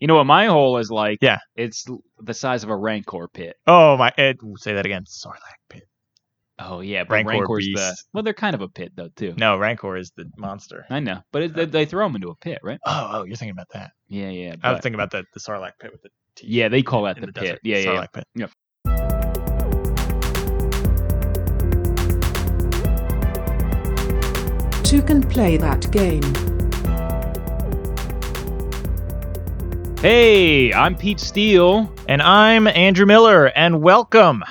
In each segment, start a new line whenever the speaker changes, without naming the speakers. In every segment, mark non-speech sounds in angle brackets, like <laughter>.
You know what my hole is like?
Yeah.
It's l- the size of a rancor pit.
Oh my! Ed, say that again. Sarlacc pit.
Oh yeah, but
Rancor
rancor's the
beast.
well, they're kind of a pit though too.
No, Rancor is the monster.
I know, but it, they, they throw them into a pit, right?
Oh, oh, you're thinking about that.
Yeah, yeah,
I
but,
was thinking about the the Sarlacc pit with the teeth.
yeah. They call that
in
the,
the,
pit.
desert.
Yeah, yeah, yeah.
Sarlacc pit.
Two can play that game.
Hey, I'm Pete Steele.
And I'm Andrew Miller, and welcome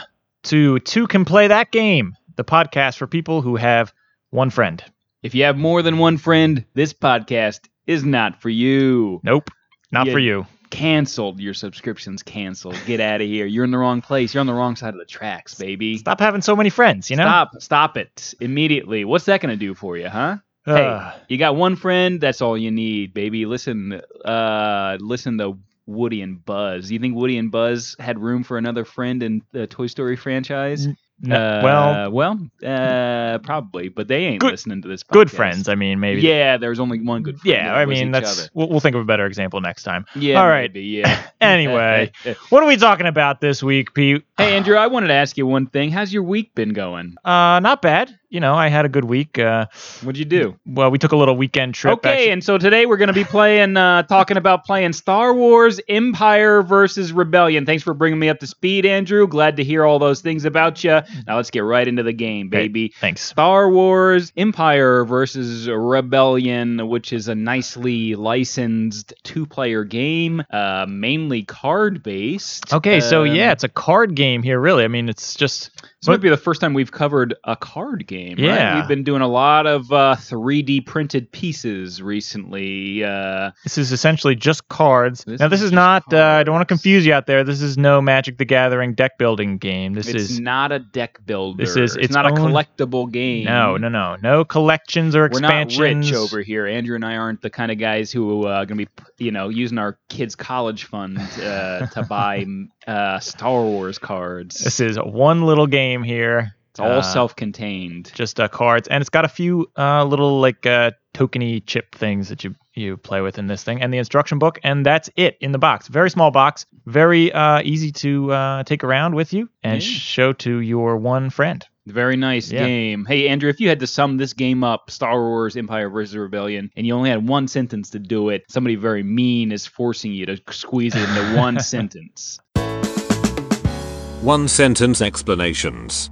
to Two Can Play That Game, the podcast for people who have one friend.
If you have more than one friend, this podcast is not for you.
Nope, not
Yeah.
for you.
Cancelled. Your subscription's canceled. <laughs> Get out of here. You're in the wrong place. You're on the wrong side of the tracks, baby.
Stop having so many friends, you know?
Stop. Stop it immediately. What's that going to do for you, huh?
Ugh.
Hey, you got one friend. That's all you need, baby. Listen, uh, listen to Woody and Buzz. You think Woody and Buzz had room for another friend in the Toy Story franchise?
No,
Uh,
well,
well, uh, probably, but they ain't
Good-
listening to this. Podcast.
good friends. I mean, maybe.
Yeah, there was only one good. friend.
Yeah,
and
I
it was
mean,
each
that's
other.
we'll, we'll think of a better example next time.
Yeah.
all right.
maybe, yeah.
<laughs> Anyway, what are we talking about this week, Pete?
<laughs> hey Andrew, I wanted to ask you one thing. How's your week been going?
Uh, not bad. You know, I had a good week. Uh,
What'd you do?
well, we took a little weekend trip.
Okay,
actually.
and so today we're going to be playing, uh, talking about playing Star Wars Empire versus Rebellion. Thanks for bringing me up to speed, Andrew. Glad to hear all those things about you. Now let's get right into the game,
Okay.
baby.
Thanks.
Star Wars Empire versus Rebellion, which is a nicely licensed two-player game, uh, mainly card-based.
Okay, so
Um,
yeah, it's a card game here, really. I mean, it's just
This might be the first time we've covered a card game. right?
Yeah.
We've been doing a lot of uh, 3D printed pieces recently. Uh,
This is essentially just cards.
This
now,
is
this is
just
not. Uh, I don't want to
cards.
confuse you out there. This is no Magic the Gathering deck building game. This
it's
is
not a deck builder.
This is
it's,
its
not a
own-
collectible game.
no, no, no, no collections or
We're not
expansions.
rich over here. Andrew and I aren't the kind of guys who uh, are going to be, you know, using our kids' college fund uh,
<laughs>
to buy uh, Star Wars cards.
This is one little game here.
it's all
uh,
self-contained.
Just uh, cards, and it's got a few uh, little like uh, tokeny chip things that you you play with in this thing, and the instruction book, and that's it in the box. Very small box, very uh, easy to uh, take around with you and
Yeah.
show to your one friend.
Very nice
Yeah.
game. Hey, Andrew, if you had to sum this game up, Star Wars Empire versus Rebellion, and you only had one sentence to do it, somebody very mean is forcing you to squeeze it into
<laughs>
one sentence.
One sentence explanations.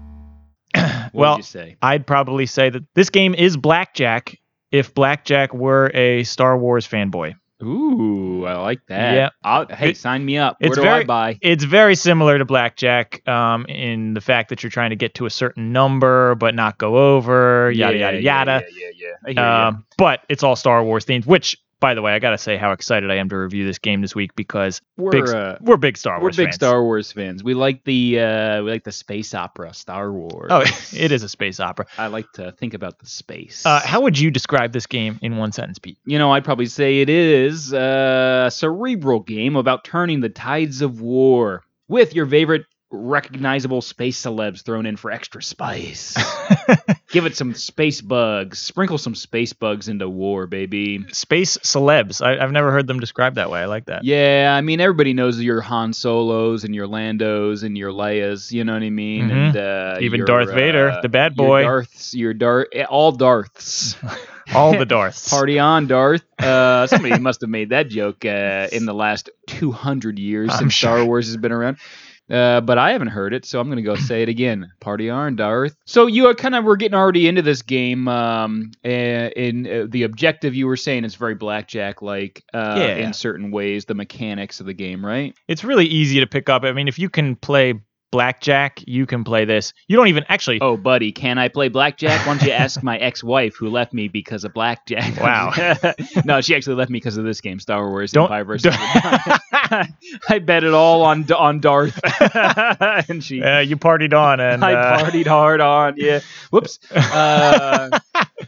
What
Well,
would you say?
I'd probably say that this game is blackjack if blackjack were a Star Wars fanboy.
Ooh, I like that.
Yeah.
I'll, hey,
It-
sign me up. Where
it's
do I
very-
buy?
It's very similar to blackjack um, in the fact that you're trying to get to a certain number but not go over, yada
Yeah,
yada
yeah,
yada.
Yeah, yeah, yeah. I hear ya.
Um, but it's all Star Wars themed, which by the way, I gotta say how excited I am to review this game this week because
we're
big,
uh,
we're big Star
we're
Wars
big
fans.
Star Wars fans. We like the uh, we like the space opera Star Wars.
<laughs> Oh, it is a space opera.
I like to think about the space.
Uh, how would you describe this game in one sentence, Pete?
you know, I'd probably say it is uh, a cerebral game about turning the tides of war with your favorite recognizable space celebs thrown in for extra
<laughs>
spice. Give it some space bugs. Sprinkle some space bugs into war, baby.
Space celebs. I, I've never heard them described that way. I like that.
Yeah, I mean, everybody knows your Han Solos and your Landos and your Leias, you know what I mean?
Mhm.
And uh,
Even
your,
Darth Vader,
uh,
the bad
your
boy.
Darths, your Darth, all Darths. <laughs>
All the Darths.
Party on, Darth.
<laughs>
Uh, somebody must have made that joke uh, in the last 200 years
I'm
since Star
sure.
Wars has been around. Uh, but I haven't heard it, so I'm going to go say it again. Party on, Darth. So you are kind of we're getting already into this game. Um, eh, in uh, the objective you were saying is very blackjack like. Uh,
Yeah.
In certain ways, the mechanics of the game, right?
It's really easy to pick up. I mean, if you can play blackjack, you can play this. You don't even actually.
<laughs>
<laughs>
Oh, buddy, can I play blackjack? Why don't you ask my ex-wife who left me because of blackjack?
Wow.
<laughs> no, she actually left me because of this game, Star Wars
Don't-
Empire versus
don't-
Rebellion. <laughs> I bet it all on on Darth, <laughs> and she.
Uh, you partied on
<laughs>
and
I
uh,
partied hard on, yeah.
<laughs>
Whoops. Uh,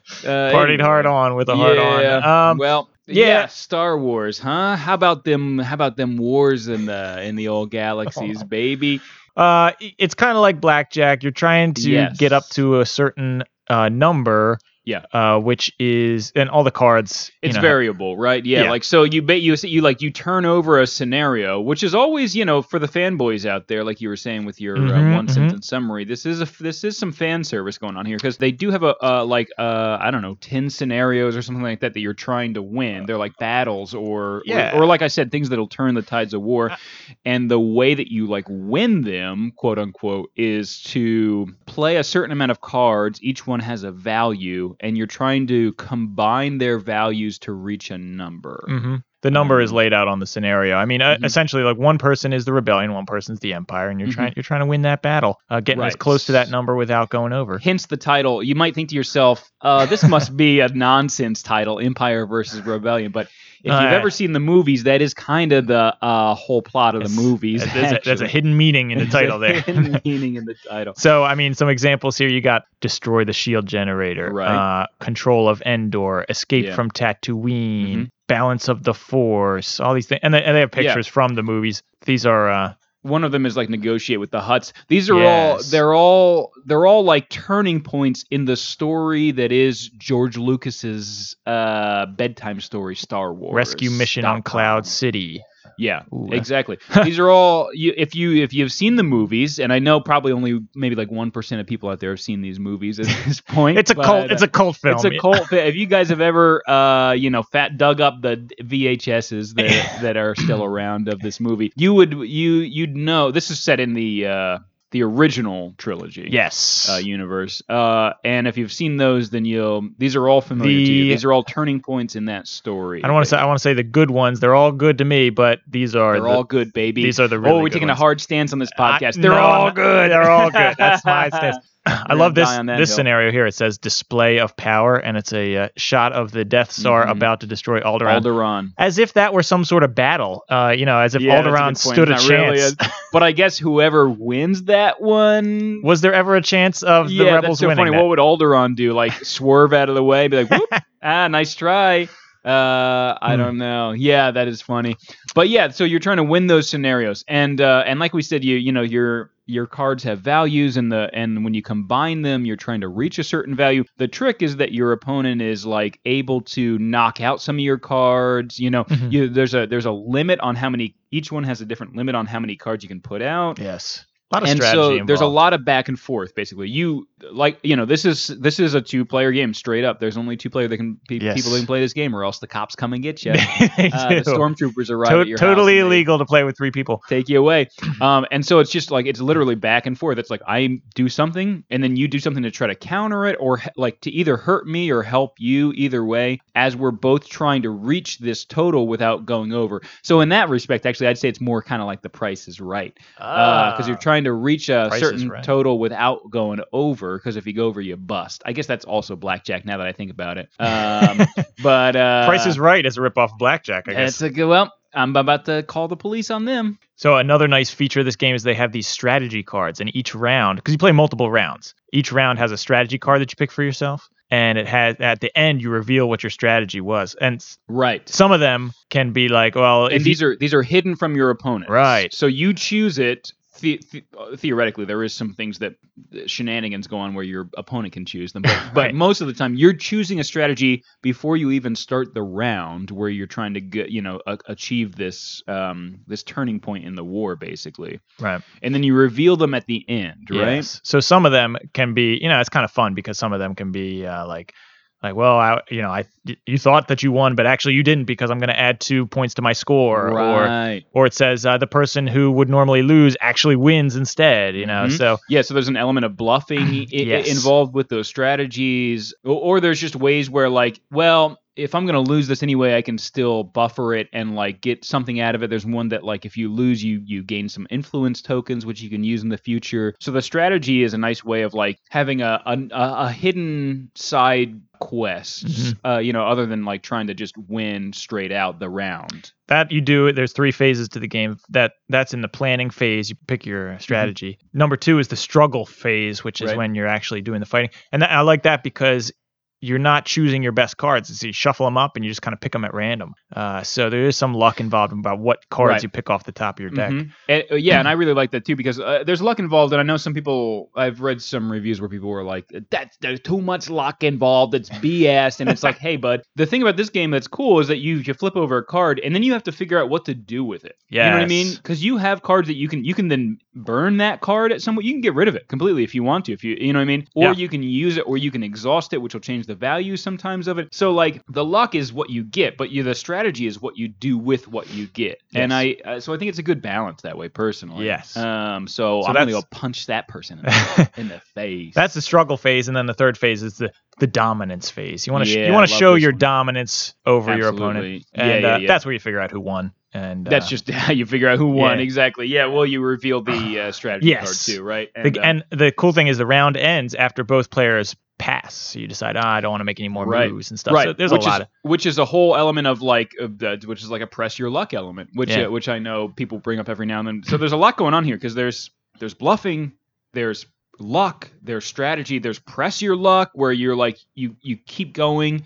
partied hard on with a hard on. Um,
well,
yeah.
yeah. Star Wars, huh? How about them? How about them wars in the in the old galaxies,
Oh.
baby?
uh, i- it's kind of like blackjack. You're trying to
Yes.
get up to a certain uh, number
Yeah.
uh, which is and all the cards. you
It's
know,
variable, right? Yeah,
Yeah.
like so you bet you you like you turn over a scenario, which is always you know for the fanboys out there, like you were saying with your
Mhm,
uh, one
mhm.
sentence summary. This is a this is some fan service going on here because they do have a uh, like uh, I don't know ten scenarios or something like that that you're trying to win. They're like battles or
Uh, Yeah.
or, or like I said, things that'll turn the tides of war. And the way that you like win them, quote unquote, is to play a certain amount of cards. Each one has a value, and you're trying to combine their values to reach a number.
Mhm. The number
Mm-hmm.
is laid out on the scenario. I mean, uh
Mhm.
essentially, like one person is the rebellion, one person's the empire, and you're
Mhm.
trying you're trying to win that battle, uh, getting as
Right.
close to that number without going over.
Hence the title. You might think to yourself, uh, this must be a nonsense title, Empire versus Rebellion. But if
Uh,
you've ever seen the movies, that is kind of the uh, whole plot of the
It's-
movies.
There's a, there's a
actually.
hidden
<laughs>
meaning in the
There's a
title there.
hidden meaning in the title.
So, I mean, some examples here you got destroy the shield generator,
Right.
uh, control of Endor, escape
Yeah. Mm-hmm.
from Tatooine, balance of the Force, all these things. And they, and they have
Yeah.
pictures from the movies. These are, uh,
one of them is like negotiate with the huts these are
Yes.
all they're all they're all like turning points in the story that is george lucas's uh bedtime story star wars
rescue mission on
Dot com.
Cloud City.
yeah
Ooh. <laughs>
exactly these are all you, if you if you've seen the movies and i know probably only maybe like 1% of people out there have seen these movies at
<laughs>
this point
It's a
but,
cult.
uh,
It's a cult film.
it's a
<laughs>
cult. If you guys have ever, uh, you know, fat dug up the VHSs that that are still around of this movie, you would you you'd know this is set in the uh, the original trilogy.
Yes.
Uh, universe, uh, and if you've seen those, then you'll. These are all familiar to
The-
you. These are all turning points in that story.
I don't want to say. I want to say the good ones. They're all good to me, but these are
They're
the-
all good, baby.
these are the
oh,
really
we're
good
taking
ones.
a hard stance on this podcast.
I-
They're
no,
all
I'm- They're all good.
<laughs>
That's my stance. I
We're gonna
love this
die on that
this
hill.
scenario here. It says display of power, and it's a uh, shot of the Death Star
Mhm.
about to destroy Alderaan.
Alderaan.
as if that were some sort of battle, uh, you know, as if
Yeah, that's a good
Alderaan
point.
stood a
Not
chance.
really a- but I guess whoever wins that one
<laughs> Was there ever a chance of the
yeah, that's
rebels
so
winning?
funny.
that?
What would Alderon do?
<laughs>
Like swerve out of the way, be like, "Whoop! ah, nice try." Uh, I
Hmm.
don't know. Yeah, that is funny. But yeah, so you're trying to win those scenarios, and uh, and like we said, you you know your your cards have values, and the and when you combine them, you're trying to reach a certain value. The trick is that your opponent is like able to knock out some of your cards. You know,
Mhm.
you, there's a there's a limit on how many. Each one has a different limit on how many cards you can put out
yes, a lot of
and
strategy
so there's a
involved.
lot of back and forth basically you like you know this is this is a two player game straight up there's only two player that can pe-
Yes.
people that can play this game or else the cops come and get
<laughs>
you
They
uh, the
do.
stormtroopers arrive
To-
at your house
totally
and they
illegal to play with three people.
take you
<clears throat>
away um, and so it's just like it's literally back and forth it's like i do something and then you do something to try to counter it or he- like to either hurt me or help you either way as we're both trying to reach this total without going over so in that respect actually i'd say it's more kind of like the price is right because Uh, you're trying to reach a
Ah. Price is
certain
Right.
total without going over. Because if you go over, you bust. I guess that's also blackjack. Now that I think about it, um,
<laughs>
but uh,
Price is Right is a ripoff of Blackjack, I guess.
That's a good. Well, I'm about to call the police on them.
So another nice feature of this game is they have these strategy cards, and each round, because you play multiple rounds, each round has a strategy card that you pick for yourself, and it has at the end you reveal what your strategy was, and s-
Right.
some of them can be like, well,
And
if you-
these are these are hidden from your opponent.
Right.
So you choose it. The, the, uh, theoretically, there is some things that uh, shenanigans go on where your opponent can choose them, but,
<laughs> Right.
but most of the time you're choosing a strategy before you even start the round where you're trying to get you know a- achieve this um, this turning point in the war basically,
right,
and then you reveal them at the end, right?
Yes. So some of them can be, you know, it's kind of fun because some of them can be uh, like, like, well, I, you know, I, you thought that you won, but actually you didn't because I'm going to add two points to my score, or
right.
or it says uh, the person who would normally lose actually wins instead, you know.
Mhm.
So
Yeah, so there's an element of bluffing i- i-
Yes.
involved with those strategies, or, or there's just ways where, like, well, if I'm gonna lose this anyway, I can still buffer it and like get something out of it. There's one that like if you lose, you you gain some influence tokens which you can use in the future. So the strategy is a nice way of like having a a, a a hidden side quest, uh, you know, other than like trying to just win straight out the round.
that you do there's three phases to the game that that's in the planning phase you pick your strategy number two is the struggle phase which is
Mm-hmm. Right.
when you're actually doing the fighting and that, i like that because you're not choosing your best cards. It's you shuffle them up and you just kind of pick them at random. Uh, so there is some luck involved about what cards
Right.
you pick off the top of your deck.
Mhm. And, uh, yeah, and I really like that too because uh, there's luck involved, and I know some people. I've read some reviews where people were like, "That's there's too much luck involved. It's BS." And it's like, <laughs> hey, bud, the thing about this game that's cool is that you you flip over a card, and then you have to figure out what to do with it. you know what I mean?
Yes.
Because you have cards that you can you can then burn that card at some. You can get rid of it completely if you want to. If you you know what I mean? Or
Yeah.
you can use it, or you can exhaust it, which will change the value sometimes of it. So like the luck is what you get, but you the strategy is what you do with what you get. And
Yes.
I uh, so I think it's a good balance that way personally.
Yes.
Um. So,
So
I'm gonna go
that's-
punch that person in
<laughs>
the, in the face.
That's the struggle phase, and then the third phase is the the dominance phase. You want to
Yeah,
you
I
want to
love
show
this
your
one.
dominance over your
Absolutely.
opponent,
Yeah,
and
yeah,
uh,
yeah.
that's where you figure out who won. And
that's
uh,
just <laughs> how you figure out who won
Yeah.
exactly. Yeah. Well, you reveal the uh, strategy
<sighs> Yes.
card too, right?
the,
uh,
and the cool thing is the round ends after both players pass. So you decide, ah, I don't want to make any more
Right.
moves and stuff.
Right.
So there's
which
a lot
is,
of
which is a whole element of like of the, which is like a press your luck element, which
Yeah.
uh, which I know people bring up every now and then. So there's a lot going on here because there's there's bluffing, there's luck, there's strategy, there's press your luck where you're like you you keep going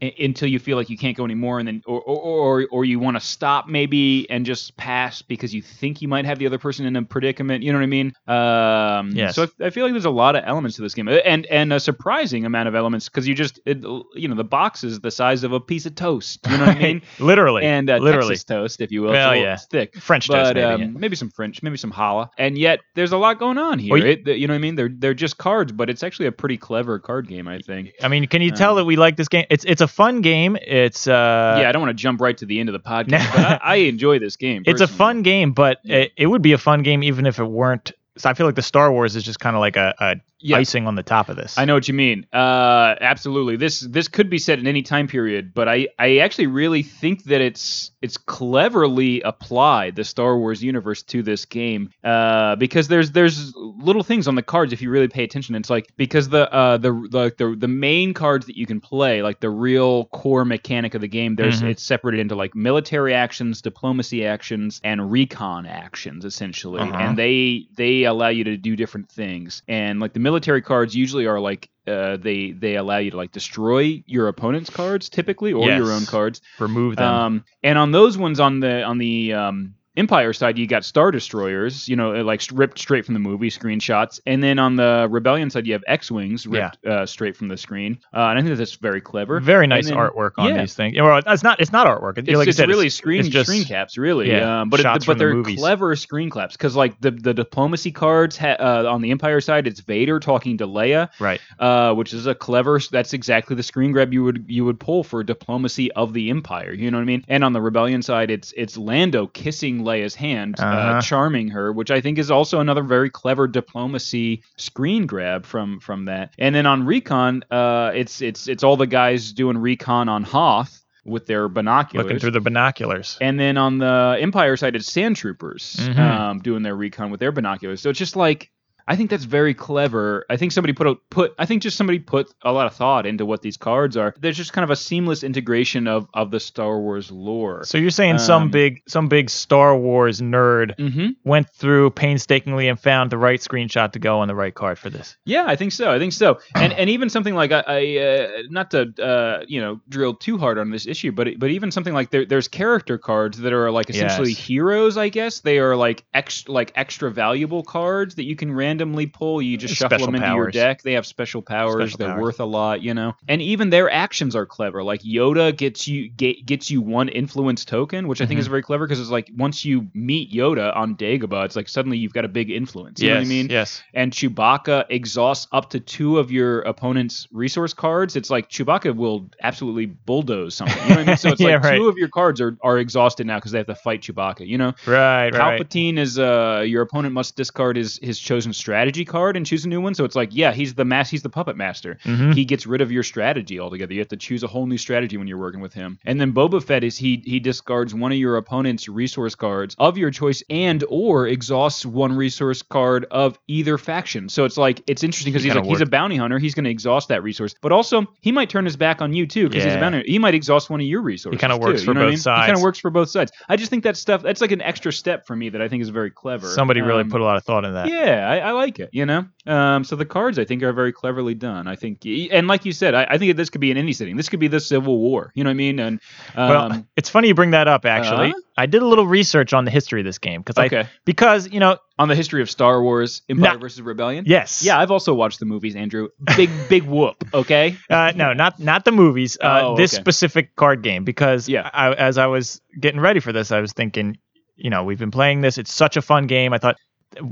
u- until you feel like you can't go anymore and then or or or, or you want to stop maybe and just pass because you think you might have the other person in a predicament you know what i mean um
Yes.
so I, I feel like there's a lot of elements to this game Uh, and and a surprising amount of elements because you just it, you know the box is the size of a piece of toast you know
<laughs>
what i mean
literally
and uh,
literally
Texas toast if you will it's a
Well,
little-
yeah.
it's thick
French toast.
but
Maybe,
um,
yeah.
maybe some French, maybe some Hala, and yet there's a lot going on here.
Well, you-
It- you know what I mean? They're they're just cards, but it's actually a pretty clever card game, I think.
I mean, can you tell that we like this game? It's it's a fun game. It's uh,
um, yeah, I don't want to jump right to the end of the podcast,
<laughs> No.
but I, I enjoy this game.
it's a
personally.
fun game, but it, it would be a fun game even if it weren't. So I feel like the Star Wars is just kind of like a, a
Yes.
icing on the top of this.
I know what you mean. Uh, absolutely. This this could be set in any time period, but I, I actually really think that it's it's cleverly applied the Star Wars universe to this game uh, because there's there's little things on the cards if you really pay attention. It's like because the uh, the the the, the main cards that you can play, like the real core mechanic of the game, there's
Mhm.
it's separated into like military actions, diplomacy actions, and recon actions essentially,
Uh-huh.
and they they allow you to do different things and like the military cards usually are like uh, they they allow you to like destroy your opponent's cards typically or your own
Yes.
cards
Remove them.
um, and on those ones on the on the um, empire side you got star destroyers you know uh, like ripped straight from the movie screenshots and then on the rebellion side you have x-wings ripped uh, straight from the screen uh, and i think that's very clever
Very nice
and then-
artwork on
yeah.
these things. Yeah, Well, it's not it's not artwork. It's,
it's,
like I
it's
said, it's-
really screen
it's just-
screen caps, really.
yeah,
um, but it-
shots
but
from the
they're
movies.
clever screen caps because like the the diplomacy cards ha- uh, on the Empire side, it's Vader talking to Leia,
right.
uh, which is a clever. That's exactly the screen grab you would you would pull for diplomacy of the Empire. You know what I mean? And on the Rebellion side, it's it's Lando kissing Leia's hand, uh
Uh-huh.
charming her, which I think is also another very clever diplomacy screen grab from from that. And then on Recon, uh, it's it's it's all the guys doing Recon on Hoth. With their binoculars,
Looking through the binoculars.
and then on the Empire side, it's sand troopers
Mhm.
um, doing their recon with their binoculars. So it's just like I think that's very clever. I think somebody put a put. I think just somebody put a lot of thought into what these cards are. There's just kind of a seamless integration of of the Star Wars lore.
So you're saying some
Um,
big some big Star Wars nerd
mm-hmm.
went through painstakingly and found the right screenshot to go on the right card for this.
Yeah, I think so. I think so. And and even something like I, I uh, not to uh, you know drill too hard on this issue, but but even something like there, there's character cards that are like essentially
Yes.
heroes. I guess they are like extra like extra valuable cards that you can randomly pull. You just shuffle
Special
them into your
powers.
deck. They have special powers.
Special
They're
powers.
worth a lot, you know. And even their actions are clever. Like Yoda gets you get, gets you one influence token, which I think is
Mhm.
very clever because it's like once you meet Yoda on Dagobah, it's like suddenly you've got a big influence. You know what I mean?
Yes.
and Chewbacca exhausts up to two of your opponent's resource cards, it's like Chewbacca will absolutely bulldoze something. You know what I mean?
<laughs>
So it's
Yeah,
like
right.
two of your cards are, are exhausted now because they have to fight Chewbacca. You know,
Right, right.
Palpatine is uh your opponent must discard his his chosen strategy card and choose a new one. So it's like yeah, he's the mass, he's the puppet master.
Mhm.
He gets rid of your strategy altogether. You have to choose a whole new strategy when you're working with him. And then Boba Fett is he he discards one of your opponent's resource cards of your choice and or exhausts one resource card of either faction. So it's like it's interesting because
He
he's
kinda
like he's a
worked-
bounty hunter. He's going to exhaust that resource, but also he might turn his back on you too because he's a
Yeah.
bounty. hunter. He might exhaust one of your resources.
kinda
too,
works
you
for
know what I
both
mean? He kind
sides.
of works for both sides. I just think that stuff that's like an extra step for me that I think is very clever.
Somebody really
Um,
put a lot of thought in that.
yeah, I, I I like it, you know. Um, so the cards I think are very cleverly done. I think, and like you said, I, I think this could be in any setting. This could be the Civil War. You know what I mean? And um,
well, it's funny you bring that up. Actually,
uh-huh.
I did a little research on the history of this game because I
Okay.
because you know
on the history of Star Wars, Empire
Not-
versus Rebellion.
yes
yeah. I've also watched the movies, Andrew.
<laughs>
Big, big whoop. Okay.
Uh, no, not not the movies. Uh,
Oh,
this
okay.
specific card game because
Yeah.
I, as I was getting ready for this, I was thinking, you know, we've been playing this. It's such a fun game. I thought,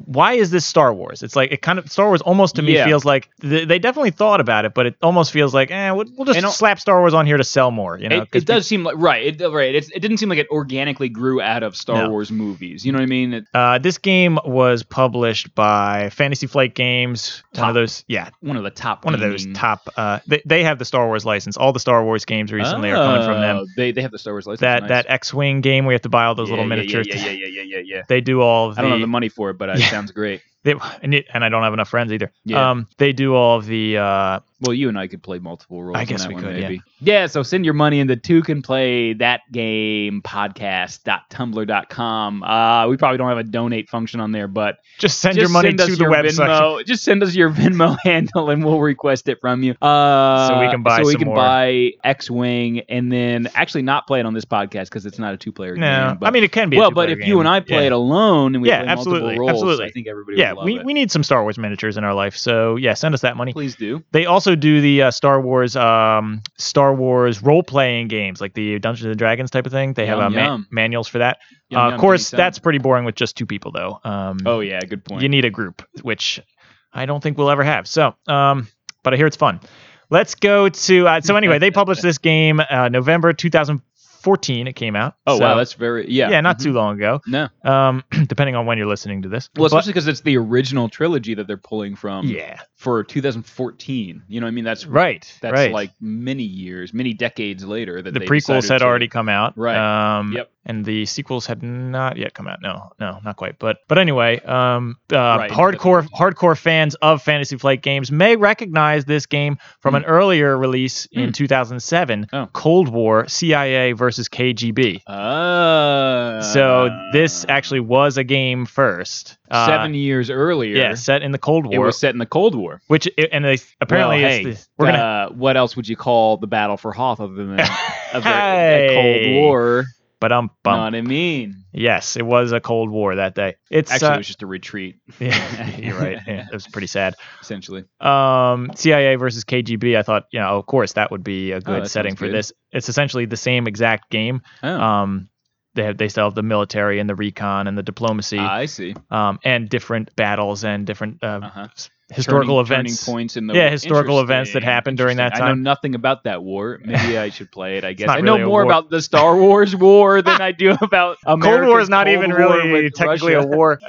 why is this Star Wars? It's like it kind of Star Wars almost to me
Yeah.
feels like th- they definitely thought about it, but it almost feels like, eh, we'll, we'll just
And al-
slap Star Wars on here to sell more. You know,
it,
'cause
it does seem like right. It, right. It's it didn't seem like it organically grew out of Star
No.
Wars movies. You know what I mean? It,
Uh, this game was published by Fantasy Flight Games. One
Top.
of those, yeah,
one of the top.
one of those
gaming-
top. Uh, they, they have the Star Wars license. All the Star Wars games recently are coming from them.
Oh, They they have the Star Wars license.
that
nice.
that X-wing game where you have to buy all those
Yeah,
little
yeah, yeah,
miniatures.
Yeah, yeah,
<laughs>
yeah, yeah, yeah, yeah.
They do all of the,
I don't have the money for it, but uh, it
Yeah.
sounds great.
they, and, it, and I don't have enough friends either.
Yeah.
Um, they do all of the uh,
Well, you and I could play multiple roles.
I
on
guess
that
we
one,
could,
maybe. Yeah. So send your money into two can play that game podcast.tumblr.com. Uh, we probably don't have a donate function on there, but
just send
just
your money
send us
to the
your
website.
Venmo. <laughs> Just send us your Venmo <laughs> handle and we'll request it from you. Uh,
So we can buy
so we
some
can
more.
buy X Wing and then actually not play it on this podcast because it's not a two player game.
<laughs> No,
but-
I mean it can be. a
well, but
two-player
if you
game.
and I play
yeah.
it alone and we
Yeah,
play
absolutely,
multiple roles,
absolutely.
I think everybody
yeah,
would love
we,
it.
we need some Star Wars miniatures in our life. So yeah, send us that <laughs> money.
Please do.
They also do the uh, Star Wars um, Star Wars role playing games like the Dungeons and Dragons type of thing. They have
Yum,
uh, ma-
yum.
manuals for that.
Yum,
uh,
yum,
of course,
yum, yum.
that's pretty boring with just two people though. Um,
Oh yeah, good point.
you need a group, which I don't think we'll ever have. So, um, but I hear it's fun. Let's go to uh, so anyway, they published this game uh, November 2014. It came out.
oh
So-
wow, that's very yeah. mm-hmm.
yeah, not too long ago.
No.
Um, <clears throat> depending on when you're listening to this.
Well,
But-
especially um, because it's the original trilogy that they're pulling from
yeah,
for 2014. You know, what I mean, that's
right.
That's
right.
like many years, many decades later that
the
they
prequels
decided
had
to-
already come out,
Right.
Um,
Yep.
And the sequels had not yet come out. No, no, not quite. But but anyway, um, uh,
Right.
hardcore hardcore fans of Fantasy Flight games may recognize this game from an earlier release in 2007,
Hmm. Oh.
Cold War CIA versus KGB.
Uh,
so this actually was a game first. Uh,
seven years earlier.
Yeah, set in the Cold
it
War,
was set in the Cold War.
which and they apparently
well,
it's
hey,
the- we're gonna
uh, what else would you call the battle for Hoth other
<laughs>
than a, very- a
Hey.
Cold War?
but um
Know what I mean?
Yes, it was a Cold War that day. It's
Actually, it
uh,
was <laughs> just a retreat,
<laughs> yeah, you're right. Yeah,
<laughs>
it was pretty sad.
essentially.
um CIA versus KGB I thought you know of course that would be a
Oh,
good
that
setting
sounds
for
good.
this it's essentially the same exact game
Oh,
um they have they still have the military and the recon and the diplomacy
I see.
um and different battles and different uh,
Uh-huh.
s- historical
Turning- turning
events
points in the
Yeah, historical events that
Interesting,
happened during that
interesting. I
time.
know nothing about that
<laughs>
war. Maybe I should play it. I guess
not
I know
really a
more
war.
about the Star Wars war
<laughs>
than I do about America's
Cold War is not
Cold
even
War
really
with
technically
Russia.
a war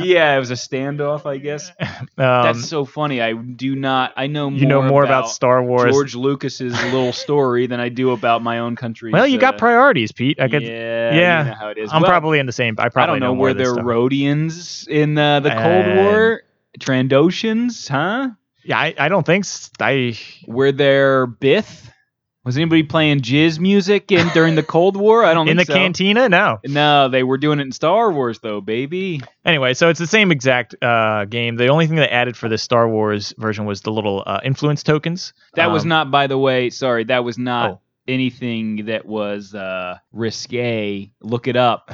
yeah, it was a standoff, I
<laughs>
guess.
um,
<laughs> That's so funny. I do not. I know more
you know more about, Star Wars
George Lucas's little story than I do about my own country.
well you got priorities Pete I could
uh, yeah,
yeah,
You know how it is.
I'm
Well,
probably in the same I
I
probably
don't know,
more
where
of this
there
stuff.
Rhodians in uh, the Cold
And-
War. Trandoshans, huh?
yeah I, I don't think s- I
Were there Bith? Was anybody playing jizz music in during
<laughs>
the Cold War? I don't
in the
think so.
cantina no
No, they were doing it in Star Wars though, baby.
Anyway, so it's the same exact uh, game. The only thing they added for the Star Wars version was the little uh, influence tokens.
That was
Um,
not, by the way. Sorry, that was not
Oh.
anything that was uh, risque. Look it up,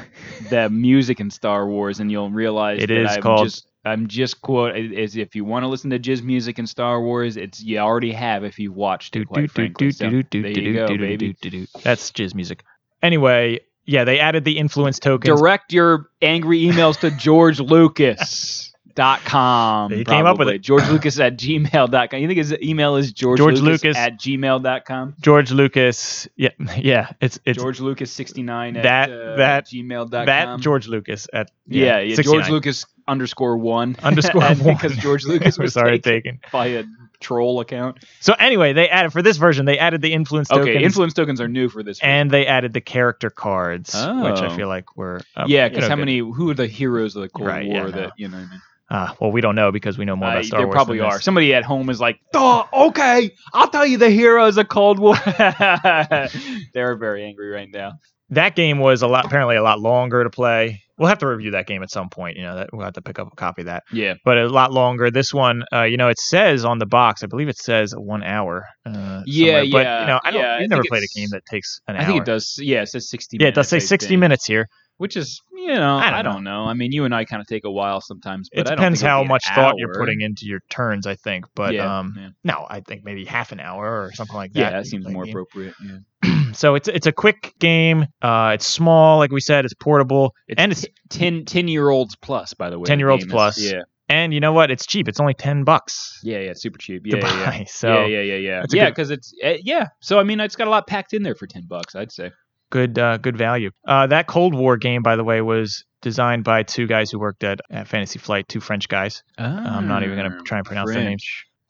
the music in Star Wars, and you'll realize
It
that
is
I'm
called-
Just, I'm just quote as if you want to listen to jizz music in Star Wars, it's you already have if you've watched it.
do, do,
Quite
do,
frankly,
do,
so,
do, do,
there
do,
you
do,
go,
do, do,
baby.
do, do. That's jizz music. Anyway, yeah, they added the influence tokens.
direct your angry emails to george lucas dot com
He came up with
probably.
it.
george lucas at gmail.com you think his email is george,
George Lucas.
at gmail.com
George Lucas. Yeah, <laughs> yeah, it's it's
george lucas 69 at
That-
uh,
that-
gmail.com
that George Lucas at
yeah, yeah, george
69.
lucas <laughs> underscore one
<laughs> Underscore
And
one.
because george lucas was
<laughs> Sorry,
taken
taken.
by a troll account
So anyway, they added for this version. They added the influence
okay
tokens.
influence tokens are new for this
and they added the character cards, which I
Oh.
feel like were
version.
um,
yeah
you
because
know,
how
good.
many who are the heroes of the cold
Right,
war
yeah, no.
that you know what I mean?
Uh, well, we don't know because we know more
Uh,
about Star
there
Wars.
probably
than
are.
this.
Somebody at home is like, "Duh, okay, I'll tell you the heroes of Cold
<laughs>
War." <laughs> They're very angry right now.
that game was a lot apparently a lot longer to play. We'll have to review that game at some point. You know, that we'll have to pick up a copy of that.
Yeah.
But a lot longer. This one, uh, you know, it says on the box. I believe it says one hour. Uh,
Yeah,
somewhere, But
yeah,
you know, I don't.
yeah, I
You've never
think
played a
it's-
game that takes an hour.
I think it does. Yeah, it says 60
Yeah, it
minutes.
does say
I
60
think.
minutes here.
Which is, you know,
I don't
I don't know. I mean, you and I kind of take a while sometimes. But
it
I don't
depends
think it'll
how
be an
much thought you're
hour.
putting into your turns, I think. But
yeah,
um,
yeah.
no, I think maybe half an hour or something like that.
Yeah,
You
that
can
seems
play a
more
game.
appropriate. Yeah.
so it's it's a quick game. Uh, it's small, like we said. It's portable, and it's
t- 10, 10 year olds plus, by the way. the
10-year-olds
game is-
plus.
yeah,
and you know what? It's cheap. It's only ten bucks
yeah, yeah. it's Super cheap.
to
Yeah, yeah,
buy.
yeah.
<laughs> So
yeah, yeah, yeah, yeah.
that's a
Yeah,
good-
because it's eh, yeah. So I mean, it's got a lot packed in there for ten bucks. I'd say.
good uh, good value. Uh, that Cold War game, by the way, was designed by two guys who worked at, at Fantasy Flight. Two French guys. I'm not even
Ah, Mm,
gonna try and pronounce their names.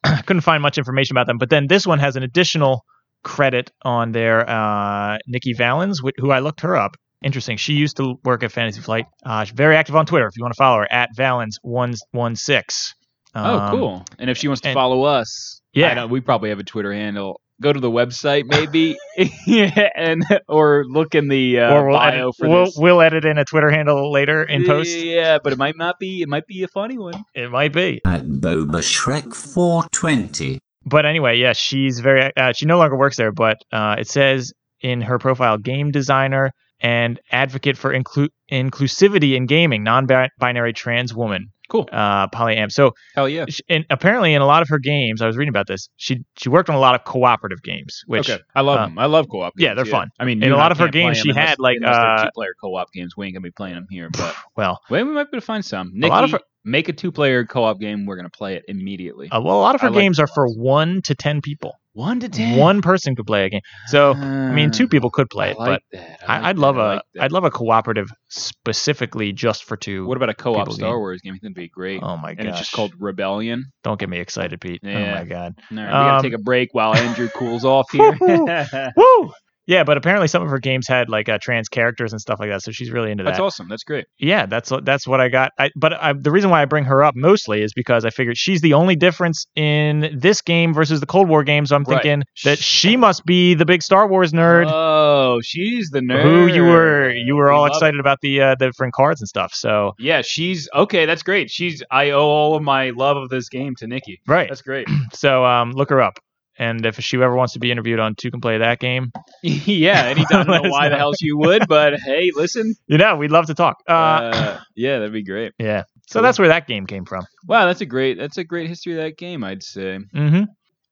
I <clears throat> couldn't find much information about them. But then this one has an additional credit on there. Uh, Nikki Valens, wh- who I looked her up. Interesting. She used to work at Fantasy Flight. Uh, she's very active on Twitter. If you want to follow her, at Valens one one six.
Oh, cool. And if she wants to
Um, and-
follow us,
Yeah.
I don't- we probably have a Twitter handle. Go to the website maybe, <laughs> and or look in the uh,
or we'll
bio
edit,
for
we'll,
this.
we'll edit in a Twitter handle later in post.
Yeah, but it might not be. It might be a funny one.
It might be.
At Boba Shrek 420.
But anyway, yeah, she's very. Uh, she no longer works there, but uh, it says in her profile, game designer and advocate for inclu- inclusivity in gaming, non-binary trans woman,
Cool.
uh, polyam. So,
Hell yeah.
sh and apparently, in a lot of her games, I was reading about this. She she worked on a lot of cooperative games, which
okay, I love
uh,
them. I love co-op.
yeah,
games,
they're fun.
I mean, you
In a
and I
lot of her
can't play
games,
'em
she
unless-
had, like,
unless they're
uh,
two-player co-op games. We ain't gonna be playing them here, but
well,
<laughs> Well, we might be able to find some.
A
Nikki,
lot of
make a two-player co-op game. We're gonna play it immediately.
uh, well, a lot of her
I like
games are for one to ten people.
one to ten. Ah,
One person could play a game. So, I mean, two people could play
I
it,
like that. I
but
like
I, I'd
that.
love
I
a
like that.
would love a cooperative specifically just for two.
What about a co-op
people
Star
game.
Wars game? I think that'd be great.
Oh my
and
gosh!
it's just called Rebellion.
Don't get me excited, Pete.
Yeah.
Oh my god.
All right, we gotta
Um,
take a break while
<laughs>
Andrew cools off here. <laughs>
Woo! Yeah, but apparently some of her games had like uh, trans characters and stuff like that, so she's really into
That's
that.
awesome. That's great.
Yeah, that's that's what I got. I, but I, the reason why I bring her up mostly is because I figured she's the only difference in this game versus the Cold War game. So I'm
Right.
thinking that
Sh-
she must be the big Star Wars nerd
Oh, she's the nerd.
who you were you were
We
all
love it.
excited about the uh, the different cards and stuff. So
Yeah, she's okay. That's great. She's I owe all of my love of this game to Nikki.
right,
That's
<laughs>
great.
so um, look her up. And if she ever wants to be interviewed on Two Can Play That Game,
yeah, anytime. I don't know why the hell she would,
<laughs>
but hey, listen.
you know, we'd love to talk. Uh,
Uh, yeah, that'd be great.
yeah. So that's where that game came from.
Wow, that's a great that's a great history of that game, I'd say.
Mm-hmm.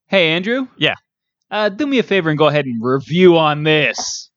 Hey, Andrew.
Yeah.
Uh, do me a favor and go ahead and review on this.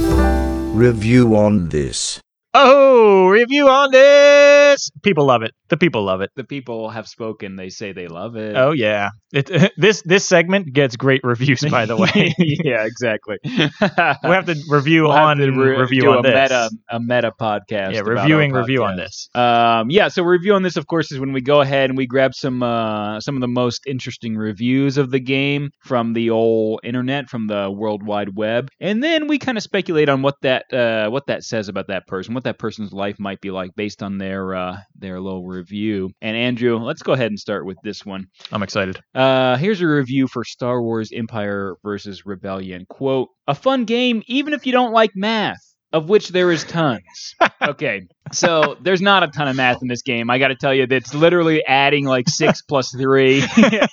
Review on this.
Oh, review on this. People love it. The people love it.
The people have spoken. They say they love it.
Oh yeah. It, <laughs> this this segment gets great reviews. By the
<laughs>
way, <laughs>
yeah, <laughs> exactly.
we have to review
We'll have
on
to re-
review
do
on
a
this.
meta a meta podcast.
yeah,
about our
reviewing review on
podcast.
this.
Um, yeah, so review on this, of course, is when we go ahead and we grab some uh, some of the most interesting reviews of the game from the old internet, from the World Wide Web, and then we kind of speculate on what that uh, what that says about that person, what that person's life might be like based on their uh, their little review. And Andrew, let's go ahead and start with this one.
I'm excited.
Uh, here's a review for Star Wars Empire versus Rebellion. Quote, a fun game, even if you don't like math, of which there is
<laughs>
tons. okay. So there's not a ton of math in this game. I got to tell you, that's literally adding like
<laughs>
six plus three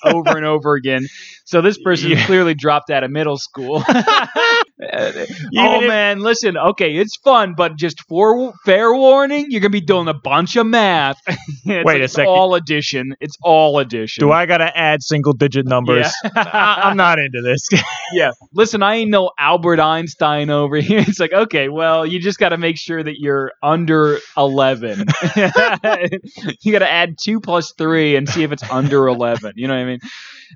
over and over again. So this person
Yeah.
clearly dropped out of middle
<laughs>
school. <laughs> oh,
if-
man. Listen, okay, it's fun, but just for fair warning, you're going to be doing a bunch of math. <laughs> It's
Wait
like,
a
it's
second.
all addition. It's all addition. <laughs>
Do I gotta add single digit numbers? I, <laughs> I'm not into this.
yeah. Listen, I ain't no Albert Einstein over <laughs> here. It's like, okay, well, you just got to make sure that you're under 11. <laughs> you got to add two plus three and see if it's under 11. You know what I mean?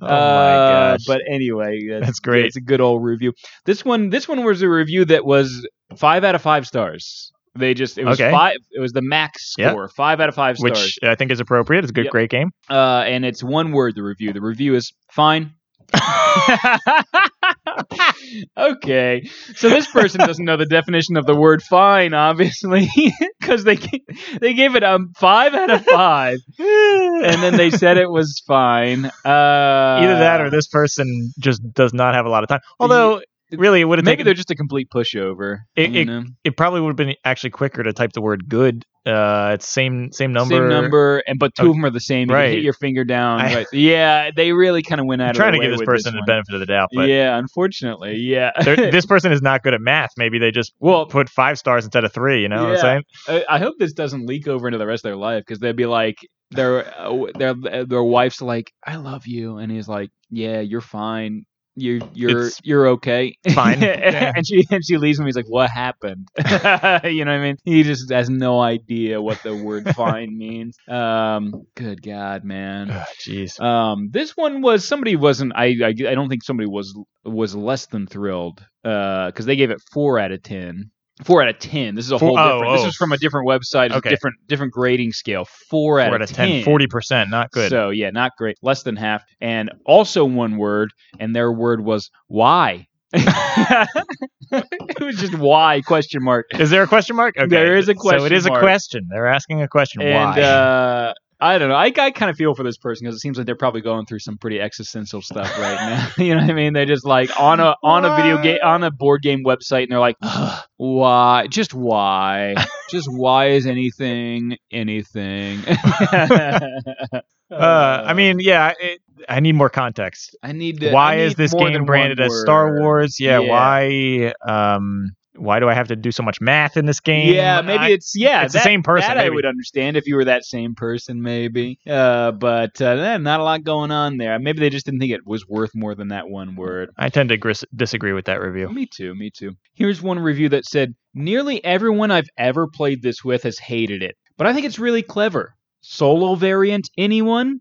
oh my
Uh,
gosh.
But anyway, that's,
That's great.
It's a good old review. This one, this one was a review that was five out of five stars. They just it was
Okay.
five. It was the max
Yeah.
score, five out of five stars.
<laughs> which I think is appropriate. It's a good,
Yep.
great game.
uh, and it's one word. The review. The review is fine. <laughs> okay, so this person doesn't know the definition of the word "fine," obviously, <laughs> because they g- they gave it a five out of five, and
<laughs>
then they said it was fine. Uh,
Either that or this person just does not have a lot of time. Although really, it would have
Maybe
taken.
they're just a complete pushover.
It-
you know?
it probably would have been actually quicker to type the word good. Uh, it's same same number.
Same number, and but two of them are the same. You can
Right.
hit your finger down.
I-
but- yeah, they really kind of went out
I'm
of
trying to
their
give
way
this
with
person the
one.
benefit of the doubt, but
yeah, unfortunately, yeah.
they're-
<laughs>
this person is not good at math. Maybe they just
Well-
put five stars instead of three. You know what I'm
Yeah.
saying?
I, I hope this doesn't leak over into the rest of their life because they'd be like, their uh, their their wife's like, "I love you," and he's like, "Yeah, you're fine." You're you're
It's
you're okay. <laughs>
fine. Yeah.
and she and she leaves him. He's like, "What happened?" <laughs> you know what I mean? He just has no idea what the word "fine" <laughs> means. Um, good God, man.
Ugh, Jeez.
Um, this one was somebody wasn't. I, I I don't think somebody was was less than thrilled. Uh, because they gave it four out of ten. Four out of ten. This is a
Four-
whole
oh,
different.
oh.
This is from a different website. It's
Okay.
a different different grading scale. Four,
Four out of 10, 40%, not good.
So yeah, not great. Less than half. And also one word, and their word was why. <laughs> it was just why question mark.
is there a question mark? Okay.
There is a
So it is
question mark.
a question. They're asking a question.
And
Why?
uh, I don't know. I, I kind of feel for this person because it seems like they're probably going through some pretty existential stuff right now. <laughs> you know what I mean? They're just like on a on a video game on a board game website, and they're like, "Ugh, why? Just why? just why is anything anything? <laughs>
Uh, I mean, yeah, it, I need more context.
I need. To,
Why
I
is
need
this
more
game
than
branded
one
as Star
word.
Wars? Yeah,
Yeah.
why? Um, why do I have to do so much math in this game?
Yeah, maybe
I-
it's yeah.
it's the
that-
same person,
That I
maybe.
would understand if you were that same person, maybe. Uh, but uh, eh, not a lot going on there. Maybe they just didn't think it was worth more than that one word.
I tend to gris- disagree with that review.
Me too. Me too. Here's one review that said nearly everyone I've ever played this with has hated it, but I think it's really clever. Solo variant, anyone?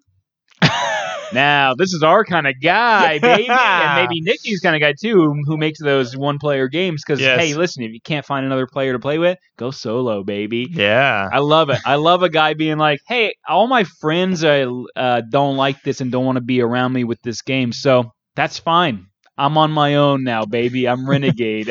now this is our kind of guy, baby, and maybe Nikki's kind of guy too, who- who makes those one-player games. Because
Yes.
hey, listen, if you can't find another player to play with, go solo, baby.
Yeah,
<laughs> I love it. I love a guy being like, "Hey, all my friends uh, uh, don't like this and don't want to be around me with this game, so that's fine. I'm on my own now, baby. I'm
<laughs>
renegade."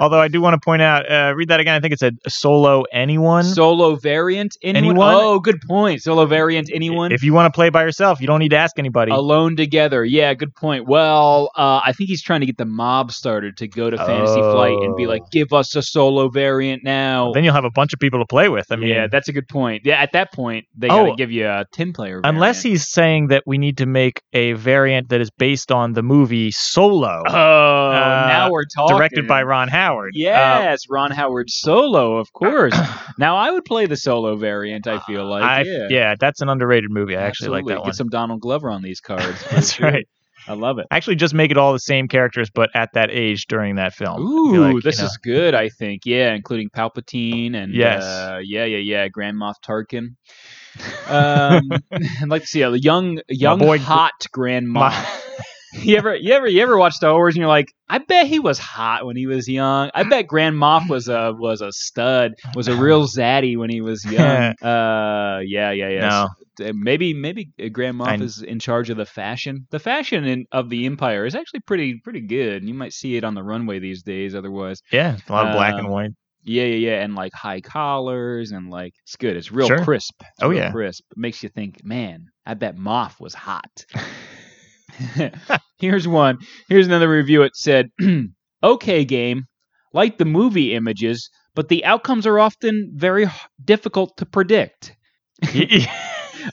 Although I do want to point out, uh, read that again. I think it said solo anyone.
Solo variant, anyone?
Anyone?
Oh, good point. Solo variant, anyone?
If you want to play by yourself, you don't need to ask anybody.
Alone together. Yeah, good point. Well, uh, I think he's trying to get the mob started to go to Fantasy Flight and be
Oh.
like, "Give us a solo variant now."
then you'll have a bunch of people to play with. I mean,
yeah, that's a good point. Yeah, at that point, they
Oh.
gotta give you a ten-player.
unless he's saying that we need to make a variant that is based on the movie
<laughs>
Solo,
Oh,
Uh,
now we're talking.
directed by Ron Howard. Uh,
Yes, Ron Howard solo,
<clears throat>
of course. now I would play the solo variant. I feel like,
Uh, I-
yeah,
that's an underrated movie. I actually
Absolutely.
like that one.
Get some Donald Glover on these cards. for
<laughs> that's
sure.
right.
I love it.
Actually, just make it all the same characters, but at that age during that film. I
Ooh,
feel like, you
this
know,
is good. I think, yeah, including Palpatine and
Yes.
uh, yeah, yeah, yeah, Grand Moff Tarkin. Um, <laughs> I'd like to see a young, young,
boy-
hot Grand Moff.
<laughs> my- <laughs>
You ever, you ever, you ever watch Star Wars and you're like, I bet he was hot when he was young. I bet Grand Moff was a was a stud, was a real zaddy when he
<laughs>
was young. uh, yeah, yeah, yeah.
No.
So, uh, Maybe, maybe uh, Grand Moff
I-
is in charge of the fashion. The fashion in, of the Empire is actually pretty, pretty good. You might see it on the runway these days. Otherwise,
Yeah, a lot of black and
Um,
white.
yeah, yeah, yeah, and like high collars and like it's good. It's real
Sure.
crisp. It's
Oh,
real
yeah.
crisp. It makes you think, man. I bet Moth was
<laughs>
hot. <laughs> Here's one. Here's another review. It said, <clears throat> "Okay, game. Like the movie images, but the outcomes are often very h- difficult to predict." <laughs>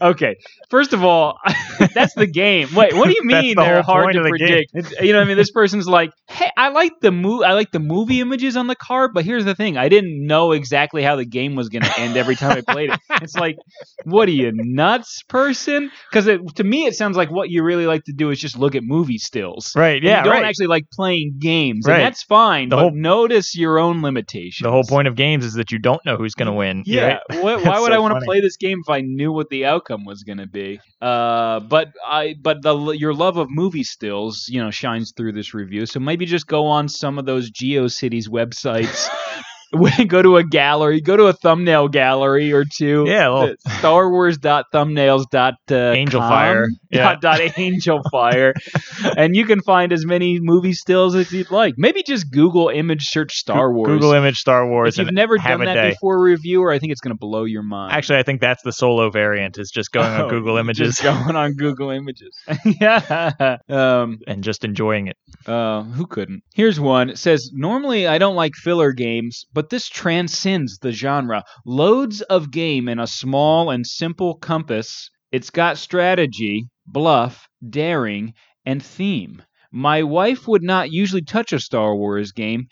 Okay. First of all, <laughs> that's the game. Wait, what do you
<laughs> That's
mean
the whole
they're
point
hard to
of the game.
predict? It's- You know, what I mean, this person's like, "Hey, I like the mo- I like the movie images on the card, but here's the thing: I didn't know exactly how the game was going to end every time I played it." It's like, what are you nuts, person? Because to me, it sounds like what you really like to do is just look at movie stills.
<laughs> right.
And
Yeah.
you don't
right.
actually like playing games,
Right.
and that's fine.
The
but
whole-
notice your own limitations.
the whole point of games is that you don't know who's going to win.
Yeah.
right?
Why,
<laughs> That's
why would
so
I want
funny.
to play this game if I knew what the outcome was going to be? Uh, but I, but the your love of movie stills, you know, shines through this review. So maybe just go on some of those GeoCities websites.
<laughs>
<laughs> go to a gallery, go to a thumbnail gallery or two.
Yeah, a little-
Star Wars dot thumbnails dot uh,
Angel
com,
Fire. Yeah.
dot, dot angel
<laughs>
fire, and you can find as many movie stills as you'd like. Maybe just Google image search Star
Go-
Wars.
Google image Star Wars.
If you've
and
never
have
done
a
that
day.
before, reviewer, I think it's going to blow your mind.
<laughs> Actually, I think that's the solo variant is just going
<laughs> Oh,
on Google Images
just going on Google Images. yeah. Um,
<laughs> and just enjoying it.
Uh, who couldn't? Here's one. It says, Normally I don't like filler games, but this transcends the genre. Loads of game in a small and simple compass. It's got strategy, bluff, daring, and theme. My wife would not usually touch a Star Wars game,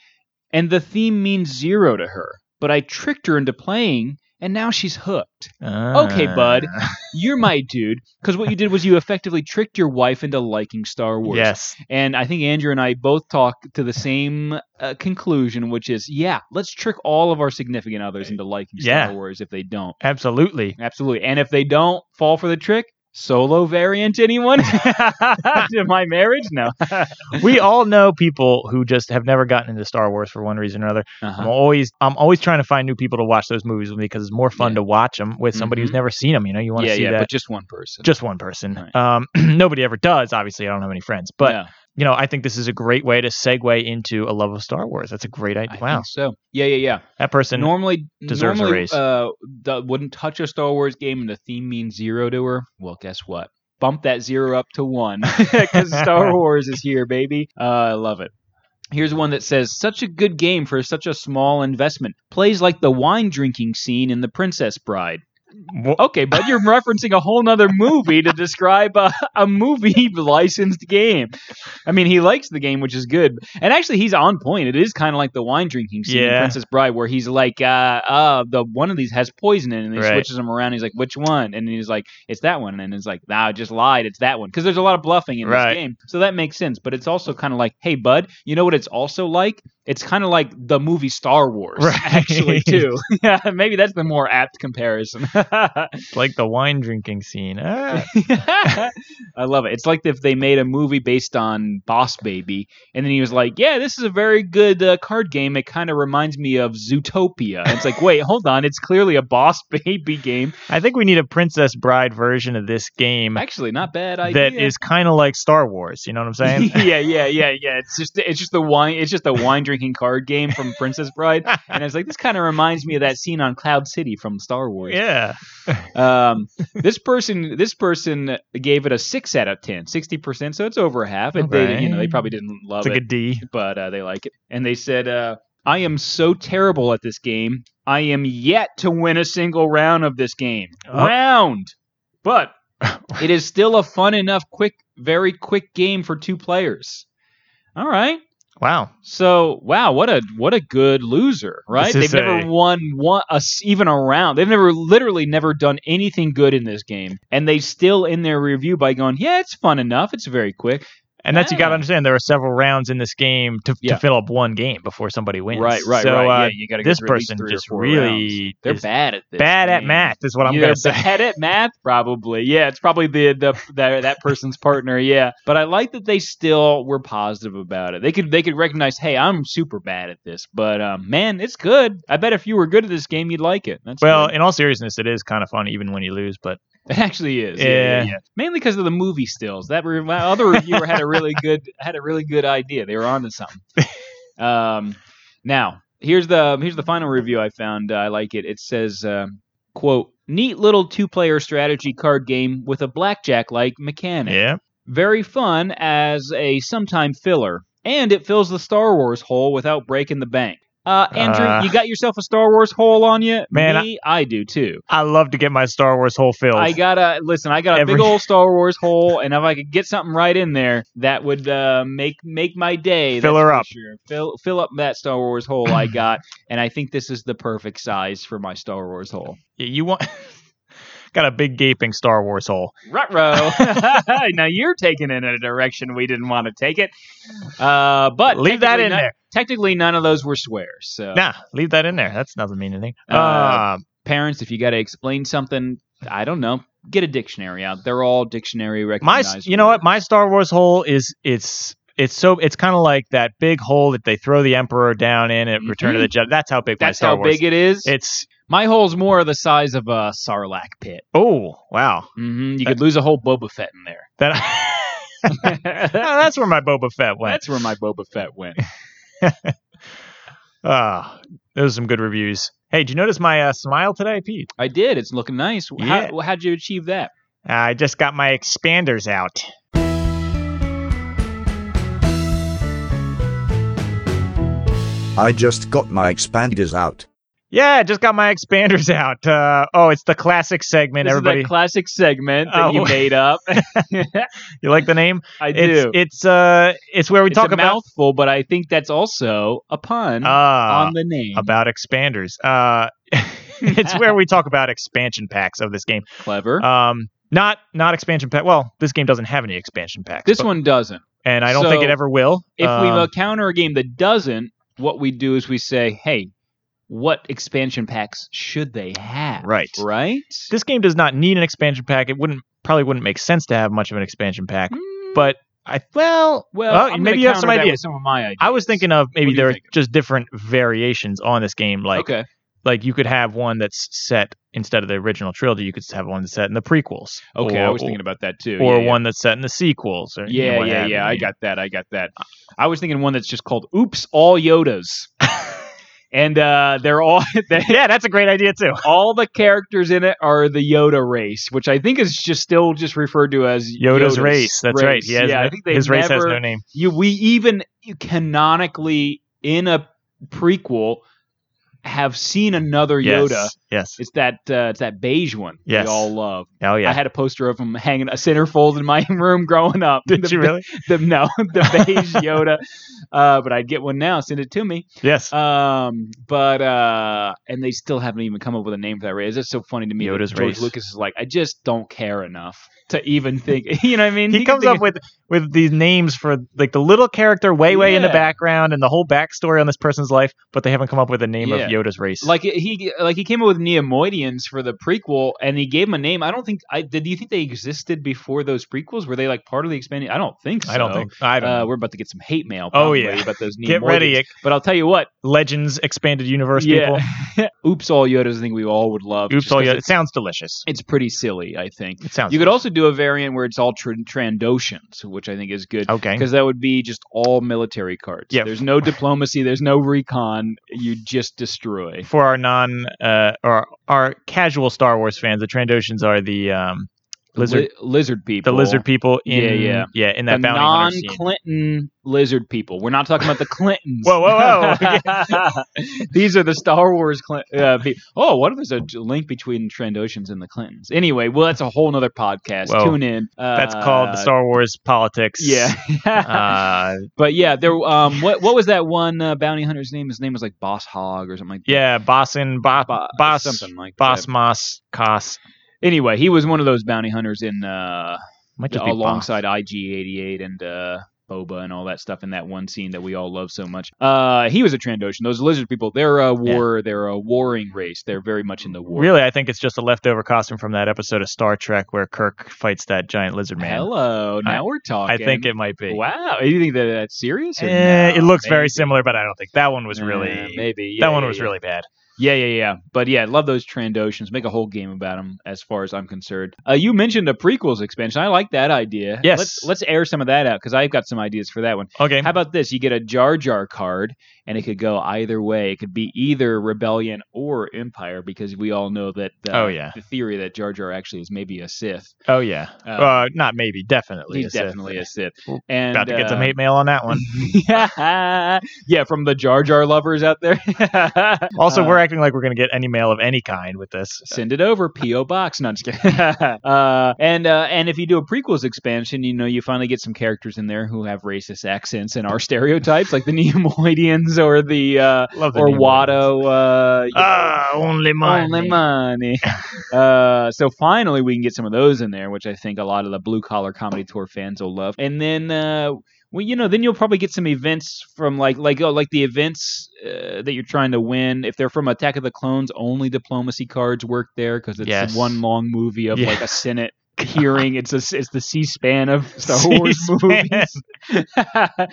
and the theme means zero to her. But I tricked her into playing, and now she's hooked. Okay, bud.
Ah,
You're my dude, because what you did was you effectively tricked your wife into liking Star Wars.
Yes.
And I think Andrew and I both talk to the same uh, conclusion, which is, yeah, let's trick all of our significant others into liking
Yeah.
Star Wars if they don't.
Absolutely.
Absolutely. And if they don't fall for the trick, solo variant
<laughs>
anyone to my marriage? No.
we all know people who just have never gotten into Star Wars for one reason or another. I'm
Uh-huh.
always I'm always trying to find new people to watch those movies with me because it's more fun
Yeah.
to watch them with somebody who's
Mhm.
never seen them. You know, you want to
Yeah,
see
yeah,
that.
but just one person.
just one person.
Right.
Um, <clears throat> nobody ever does. Obviously, I don't have any friends, but
Yeah,
you know, I think this is a great way to segue into a love of Star Wars. That's a great
I
idea.
think
Wow,
so. Yeah, yeah, yeah.
that person.
normally
deserves a
normally,
raise.
Uh, the, wouldn't touch a Star Wars game and the theme means zero to her. Well, guess what? Bump that zero up to
<laughs>
one because Star Wars is here, baby. Uh, I love it. Here's one that says, "Such a good game for such a small investment. Plays like the wine drinking scene in The Princess Bride."
Wha-
Okay, but you're referencing a whole nother movie to describe a, a movie licensed game. I mean, he likes the game, which is good. And actually, he's on point. It is kind of like the wine drinking scene in
Yeah.
Princess Bride, where he's like, uh, uh, the one of these has poison in it, and he
Right.
switches them around. He's like, which one? And he's like, it's that one. And it's like, nah, I just lied. It's that one. Because there's a lot of bluffing in
Right.
this game. So that makes sense. But it's also kind of like, hey, bud, you know what it's also like? It's kind of like the movie Star Wars,
<laughs> Right.
actually, too. <laughs> yeah, maybe that's the more apt comparison.
<laughs> It's <laughs> like the wine drinking scene. Ah.
<laughs> I love it. It's like if they made a movie based on Boss Baby, and then he was like, "Yeah, this is a very good uh, card game. It kind of reminds me of Zootopia." And it's like, wait, hold on. It's clearly a Boss <laughs> Baby game.
I think we need a Princess Bride version of this game
Actually, not bad idea.
that
<laughs>
is kind of like Star Wars. You know what I'm saying?
yeah, yeah, yeah, yeah. It's just it's just the wine it's just a wine drinking card game from Princess Bride, and it's like this kind of reminds me of that scene on Cloud City from Star Wars.
yeah.
Um, this person, this person gave it a six out of 10, 60 percent. So it's over half. It, they, you know, they
Alright.
probably didn't love
It's like
it
a D.
but uh, they like it. And they said, uh, I am so terrible at this game. I am yet to win a single round of this game.
Oh.
Round!
<laughs>
But it is still a fun enough, quick, very quick game for two players. All right.
Wow.
So wow, what a what a good loser, right?
This
They've
is
never
a-
won one a s even a round. They've never literally never done anything good in this game, and they still in their review by going, yeah, it's fun enough. It's very quick.
And that's you got
Yeah.
to understand. There are several rounds in this game to,
Yeah.
to fill up one game before somebody wins.
Right, right,
so,
right.
Uh,
yeah, you got to
this
through at least
person
three or
just
four rounds.
really
They're
is
bad at this.
bad at
game.
math is what I'm
You're <laughs>
gonna say.
Bad at math, probably. Yeah, it's probably the, the that that person's partner. Yeah, but I like that they still were positive about it. They could they could recognize, hey, I'm super bad at this, but um, man, it's good. I bet if you were good at this game, you'd like it. That's
Well,
good.
in all seriousness, it is kind of fun even when you lose. But
it actually is.
Yeah.
Mainly because of the movie stills. That re- my other reviewer had a
<laughs>
really good had a really good idea. They were onto something. Um, now here's the here's the final review I found. Uh, I like it. It says, uh, "quote Neat little two player strategy card game with a blackjack like mechanic.
yeah,
Very fun as a sometime filler, and it fills the Star Wars hole without breaking the bank." Uh, Andrew,
Uh.
you got yourself a Star Wars hole on you?
Man, I-
Me, I do too.
I love to get my Star Wars hole filled.
I gotta listen. I got a big
Every-
old Star Wars hole, and if I could get something right in there, that would uh, make make my day.
Fill
that's
her
for
up.
Sure. Fill fill up that Star Wars hole
<clears throat>
I got, and I think this is the perfect size for my Star Wars hole.
Yeah, you want <laughs> got a big gaping Star Wars hole.
Rutro. <laughs> now you're taking it in a direction we didn't want to take it. Uh, but
Leave that
technically
in
none-
there.
Technically, none of those were swears. So,
Nah, leave that in there. That's doesn't mean anything.
Uh,
Uh,
parents, if you got to explain something, I don't know, get a dictionary out. They're all dictionary
my,
recognized.
you know what?
words.
My Star Wars hole is it's it's so it's kind of like that big hole that they throw the Emperor down in at Return of the Jedi. That's how big
Mm-hmm.
my
That's
Star
how
Wars.
big it is.
It's
My hole's more the size of a sarlacc pit.
oh wow
hmm You could lose a whole Boba Fett in there.
that.
<laughs>
Oh, that's where my Boba Fett went.
That's where my Boba Fett went.
Ah, those are some good reviews. Hey, did you notice my uh, smile today, Pete?
I did. It's looking nice.
Yeah.
How, how'd you achieve that?
I just got my expanders out.
I just got my expanders out.
Yeah, just got my expanders out. Uh, oh, it's the classic segment.
This is
everybody,
that classic segment that you
Oh.
made <laughs> up.
you like the name?
I do.
It's it's uh it's where we
It's
talk
a
about
mouthful, but I think that's also a pun
Ah,
on the name.
about expanders. Uh, <laughs> it's where we talk about expansion packs of this game.
Clever.
Um, not not expansion pack. Well, this game doesn't have any expansion packs.
this
but-
one doesn't.
and I don't think it
so
ever will.
If we
Um,
encounter a game that doesn't, what we do is we say, "Hey, what expansion packs should they have?"
Right.
Right.
this game does not need an expansion pack. It wouldn't probably wouldn't make sense to have much of an expansion pack. But I well
Hmm. well,
well,
I'm gonna
Oh, maybe you have some
counter that with
ideas.
Some of my ideas.
I was thinking of
do
maybe
you
there are
think?
just different variations on this game. Like
okay.
like you could have one that's set instead of the original trilogy, you could have one that's set in the prequels.
Okay,
or,
I was thinking about that too.
or
yeah, yeah.
one that's set in the sequels. Or, you know,
Yeah,
what
yeah,
have
yeah.
you,
I
<laughs> you know.
got that. I got that. I was thinking one that's just called "Oops, All Yodas,"
<laughs>
and uh, they're all <laughs> they,
yeah, that's a great idea
<laughs>
too.
all the characters in it are the Yoda race, which I think is just still just referred to as
Yoda's, race. That's right. He has
yeah, I
no-
think they
his race has
never-
no name.
You, we even canonically in a prequel have seen another
Yes,
Yoda.
Yes.
It's that uh, it's that beige one
Yes.
we all love.
Oh yeah.
I had a poster of him hanging a centerfold in my room growing up.
<laughs> Did
The- <laughs>
you really?
the no the
<laughs>
beige Yoda, uh, but I'd get one now. Send it to me.
Yes.
Um, but uh, and they still haven't even come up with a name for that race. That's so funny to me. that
Yoda's
George
race.
Lucas is like, I just don't care enough to even think. <laughs> You know what I mean?
he,
can
comes
think
up with with these names for like the little character way way in the
Yeah.
background and the whole backstory on this person's life, but they haven't come up with a name
Yeah.
of Yoda's race.
Like he like he came up with Neomoidians for the prequel, and he gave them a name. I don't think I did. You think they existed before those prequels? Were they like part of the expanding? I don't think so.
I don't think I don't.
Uh,
know.
we're about to get some hate mail.
Oh,
Probably,
yeah.
about those Neomoidians.
Get ready, it-
But I'll tell you what, <laughs>
Legends expanded universe people.
Oops, all Yodas. I think we all would love.
Oops,
just
all
'cause
Yoda. It
It's,
sounds delicious.
it's pretty silly, I think.
It sounds.
You could also do a variant where it's all tr- Trandoshans, which I think is good
okay.
because that would be just all military cards.
Yeah.
There's no diplomacy. There's no recon. You just destroy.
For our non uh, or our casual Star Wars fans, the Trandoshans are the um, lizard
Li- lizard people.
the lizard people in
Yeah, yeah.
in
The
that bounty hunter scene.
non-Clinton lizard people. We're not talking about the Clintons.
<laughs> Whoa, whoa,
<laughs> whoa! These are the Star Wars Clin- uh, people. Oh, what if there's a j- link between Trandoshans and the Clintons? Anyway, well, that's a whole nother podcast.
Whoa.
Tune in. Uh,
That's called the Star Wars politics.
Yeah,
<laughs> uh,
<laughs> but yeah, there. Um, what what was that one uh, bounty hunter's name? His name was like Boss Hog or something like that.
yeah, Bossin, Bo-
Bo-
Boss,
something like
Boss
that.
Moss, Koss.
Anyway, he was one of those bounty hunters in uh,
Might just be
alongside IG88 and uh, Boba and all that stuff in that one scene that we all love so much. Uh, he was a Trandoshan. Those lizard people, they're a war, they're a warring race. They're very much in the
Boss.
war.
Really, I think it's just a leftover costume from that episode of Star Trek where Kirk fights that giant lizard man.
Hello, now we're talking.
I think it might be.
Wow, you think that that's serious? or
Eh,
no?
it looks very
Maybe.
similar, but I don't think that one was
Eh,
really.
maybe
that
Yeah,
one
yeah,
was
yeah.
really bad.
Yeah, yeah, yeah. But yeah, I love those Trandoshans. Make a whole game about them, as far as I'm concerned. Uh, you mentioned a prequels expansion. I like that idea.
Yes.
Let's, let's air some of that out because I've got some ideas for that one.
Okay.
How about this? You get a Jar Jar card, and it could go either way. It could be either Rebellion or Empire because we all know that uh,
Oh, yeah.
the theory that Jar Jar actually is maybe a Sith.
oh yeah.
Uh,
Uh, not maybe. Definitely.
He's
It's a-
definitely a Sith.
We're
And
about to get
<laughs>
some
uh,
hate mail on that one.
yeah, <laughs> yeah, from the Jar Jar lovers out there.
<laughs> Also,
Uh,
we're acting like we're going to get any mail of any kind with this.
send it over po box no I'm just kidding <laughs> uh, and uh, and if you do a prequels expansion you know you finally get some characters in there who have racist accents and are stereotypes like the <laughs> neomoidians or the uh,
Love the
or
name of
watto uh, you
it.
<laughs>
Ah, only
know,
mine.
Only money. <laughs> uh, so finally, we can get some of those in there, which I think a lot of the blue collar comedy tour fans will love. And then, uh, well, you know, then you'll probably get some events from like like oh, like the events uh, that you're trying to win. If they're from Attack of the Clones, only diplomacy cards work there because it's
Yes.
one long movie of
Yeah.
like a <laughs> Senate hearing. It's a, it's the <laughs> C-SPAN of Star Wars movies. <laughs>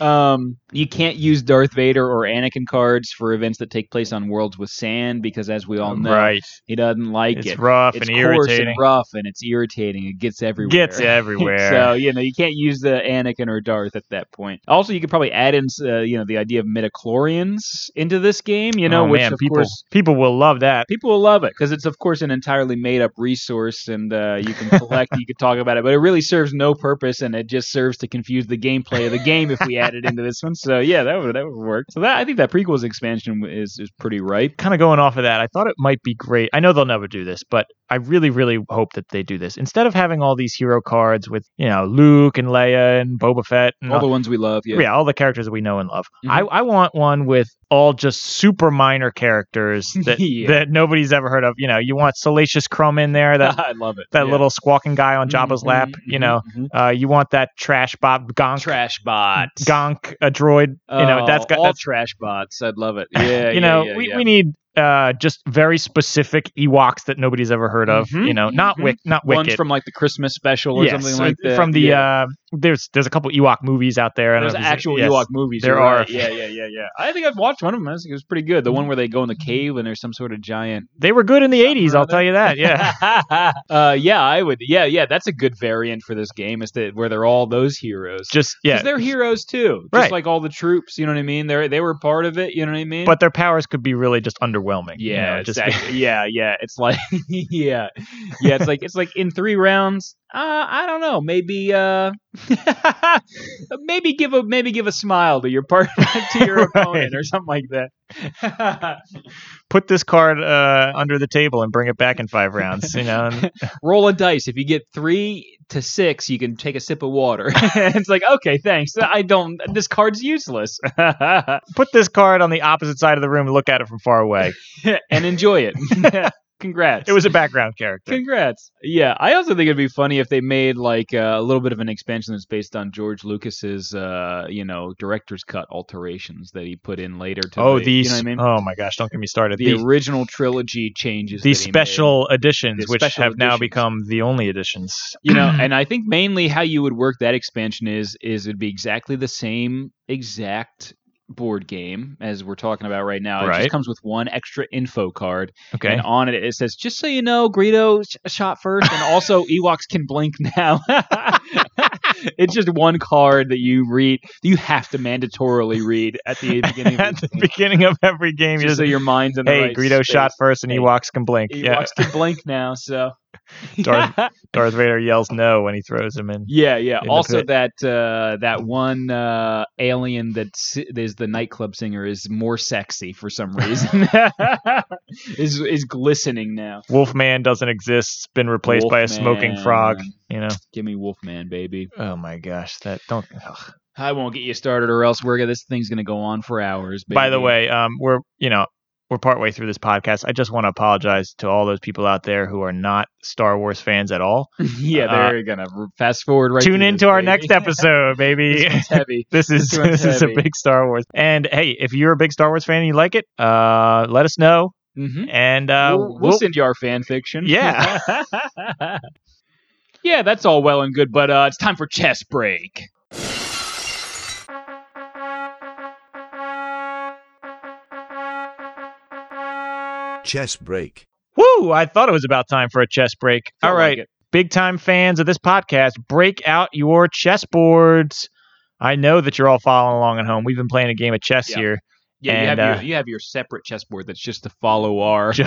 um, you can't use Darth Vader or Anakin cards for events that take place on worlds with sand because, as we all know,
Um, Right.
he doesn't like
It's
it.
rough
it's
and
coarse
irritating.
and rough, and it's irritating. It gets everywhere. <laughs>
Gets everywhere.
so you know you can't use the Anakin or Darth at that point. Also, you could probably add in uh, you know the idea of midichlorians into this game. You know,
Oh,
which
man,
of
people
course
people will love that.
people will love it because it's of course an entirely made up resource, and uh, you can collect, you could talk about it, but it really serves no purpose, and it just serves to confuse the gameplay of the game if we add it into this one. So yeah, that would that would work. So that I think that prequels expansion is is pretty ripe.
kind of going off of that, I thought it might be great. I know they'll never do this, but I really, really hope that they do this. Instead of having all these hero cards with, you know, Luke and Leia and Boba Fett and
All the ones we love, yeah.
Mm-hmm. yeah. all the characters that we know and love.
Mhm.
I, I want one with all just super
<laughs>
minor characters that
Yeah.
that nobody's ever heard of. You know, you want Salacious Crumb in there,
<laughs>
that
I love it.
that
Yeah.
little squawking guy on Jabba's
Mhm,
lap.
mhm,
You know,
mhm.
uh, you want that trash Bob Gonk
trash bots. Oh,
Gonk a droid. you know, that's got
all
that's
trash bots. I'd
<laughs>
love it. Yeah,
you know, we, we need uh just very specific Ewoks that nobody's ever heard of.
Mhm,
you know, not
mhm.
Wick, not
ones
Wicked.
from like the Christmas special or
Yes,
something like that.
from the
yeah.
uh, there's there's a couple Ewok movies out there. I don't
There's
know if you see-
actual
yes.
Ewok movies.
There
you're right.
are.
Yeah, yeah, yeah, yeah. I think I've watched one of them. I think it was pretty good. The one where they go in the cave and there's some sort of giant.
They were good in the '80s. I'll
Rather.
tell you that.
<laughs>
Yeah.
uh, <laughs> yeah, I would. Yeah, yeah. That's a good variant for this game is that where they're all those heroes.
just
'Cause
yeah,
they're heroes too. Just
Right.
like all the troops. You know what I mean? They they were part of it. You know what I mean?
but their powers could be really just underwhelming. you
Yeah,
know, just-
exactly. yeah, yeah. It's like <laughs> yeah, yeah. It's like it's like in three rounds. Uh, I don't know. Maybe uh, <laughs> maybe give a maybe give a smile to your partner <laughs> to
<laughs>
your opponent or something like that.
<laughs>
<laughs>
put this card uh, under the table and bring it back in five rounds. You know,
<laughs>
and
Roll a dice. If you get three to six, you can take a sip of water. <laughs> it's like okay, thanks. I don't. This card's useless. <laughs>
put this card on the opposite side of the room and look at it from far away.
and enjoy it. <laughs> Congrats.
It was a background character.
Congrats. Yeah, I also think it'd be funny if they made like uh, a little bit of an expansion that's based on George Lucas's, uh, you know, director's cut alterations that he put in later to
Oh,
the,
these!
you know what I mean?
Oh my gosh! Don't get me started.
the,
The-
original trilogy changes
the
that he made.
special editions,
The
which
special
have now
editions.
become the only editions.
you know,
<clears throat>
and I think mainly how you would work that expansion is is it'd be exactly the same exact board game as we're talking about right now. It
Right.
just comes with one extra info card
Okay.
And on it, it says, just so you know, Greedo sh- shot first, and
<laughs>
also Ewoks can blink now. <laughs> it's just one card that you read, that you have to mandatorily read at
<laughs>
the beginning
At
of
the
the game.
beginning of every game, you
Just
just
so your mind's in the
hey,
right
Greedo
space.
shot first, and
Hey,
Ewoks can blink.
Ewoks
yeah.
can blink now, so.
<laughs> Darth- Darth Vader yells no when he throws him in.
<laughs> Yeah, yeah.
In the
Also,
pit.
that uh, that one uh, alien that si- is the nightclub singer is more sexy for some
<laughs>
reason. <laughs> is is glistening now.
Wolfman doesn't exist. Been replaced by a smoking frog.
Wolfman.
You know.
Give me Wolfman, baby.
Oh my gosh! That don't. ugh.
I won't get you started, or else we're gonna- this thing's gonna go on for hours. Baby.
By the way, um, we're you know we're partway through this podcast. I just want to apologize to all those people out there who are not Star Wars fans at all.
<laughs> yeah,
uh,
they're gonna r- fast forward right.
Tune
through <laughs>
in
this,
to our
baby.
next episode, baby.
This one's heavy.
<laughs> this is
This one's
this is a
heavy.
big Star Wars. And hey, if you're a big Star Wars fan and you like it, uh, let us know.
hmm
And <laughs> uh,
we'll, we'll send you our fan fiction.
Yeah.
<laughs>
<laughs>
yeah, that's all well and good, but uh, it's time for chess break.
Chess break.
woo! I thought it was about time for a chess break.
Felt
All
like
right,
it.
big time fans of this podcast, break out your chessboards. I know that you're all following along at home. We've been playing a game of chess
Yeah.
here.
Yeah,
And,
you, have
uh,
your, you have your separate chessboard that's just to follow
<laughs>
our
Ju-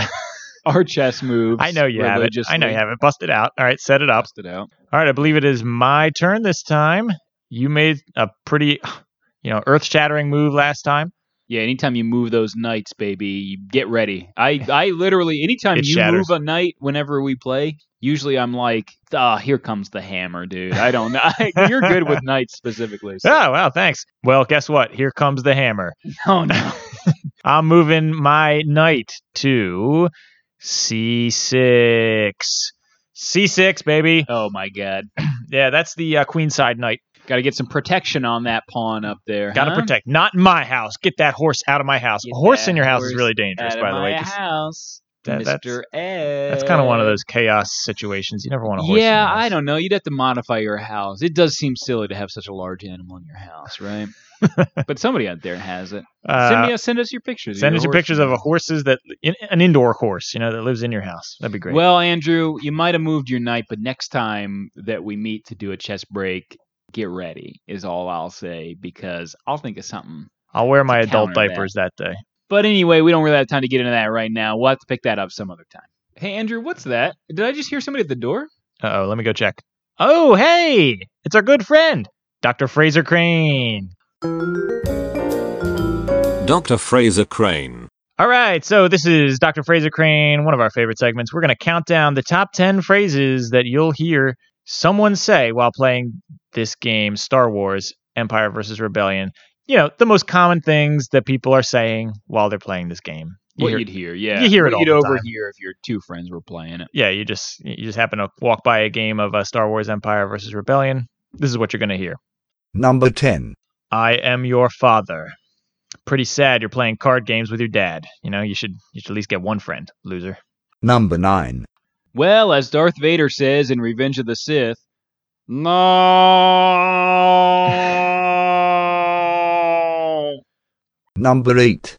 our chess moves.
I know you have it. I know you have it. Bust it out. All right, set it up.
Bust it out.
All right, I believe it is my turn this time. You made a pretty, <sighs> you know, earth-shattering move last time.
Yeah, anytime you move those knights, baby, you get ready.
<laughs>
I, I literally, anytime
It
you
shatters.
move a knight, whenever we play, usually I'm like, ah, here comes the hammer, dude. I don't know. <laughs> you're good with knights specifically.
<laughs>
So.
Oh, wow, thanks. Well, guess what? Here comes the hammer.
No, Oh, no.
I'm moving my knight to c6. C6, baby.
Oh, my God.
Yeah, that's the uh, queen side knight.
Got to get some protection on that pawn up there.
Got to
huh?
protect. Not in my house. Get that horse out of my house.
Uh-huh. Get
a horse
that
in your house is
horse
really dangerous,
Out of
by the way.
my
'cause
house,
that-
Mr.
that's
Ed.
that's kind of one of those chaos situations. You never want a horse. in your
Yeah,
house.
I don't know. You'd have to modify your house. It does seem silly to have such a large animal in your house,
<laughs>
right? but somebody out there has it. send,
Uh,
me, send us your pictures. of
send
your
us your
horse.
pictures of a horses that in, an indoor horse, you know, that lives in your house. That'd be great.
Well, Andrew, you might have moved your night, but next time that we meet to do a chess break, get ready is all I'll say because I'll think of something.
I'll wear my
to
adult
counter that.
diapers that, day.
But anyway, we don't really have time to get into that right now. We'll have to pick that up some other time. Hey, Andrew, what's that? Did I just hear somebody at the door?
Uh oh, let me go check. Oh, hey! It's our good friend, Dr. Fraser Crane.
Dr. Fraser Crane.
All right, so this is Dr. Fraser Crane, one of our favorite segments. We're going to count down the top 10 phrases that you'll hear someone say while playing this game, Star Wars Empire versus Rebellion. You know, the most common things that people are saying while they're playing this game. You
What
hear-
you'd hear, yeah.
you hear
What
it all
You'd
the time.
overhear if your two friends were playing it.
yeah, you just you just happen to walk by a game of uh, Star Wars Empire versus Rebellion. This is what you're going to hear.
Number 10.
I am your father. Pretty sad you're playing card games with your dad. You know, you should you should at least get one friend, loser.
Number 9.
Well, as Darth Vader says in Revenge of the Sith, no.
Number 8.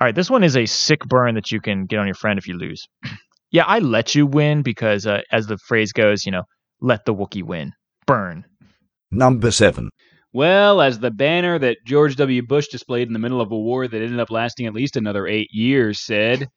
All right, this one is a sick burn that you can get on your friend if you lose. <clears throat> yeah, I let you win because, uh, as the phrase goes, you know, let the Wookiee win. Burn.
Number 7.
Well, as the banner that George W. Bush displayed in the middle of a war that ended up lasting at least another eight years said,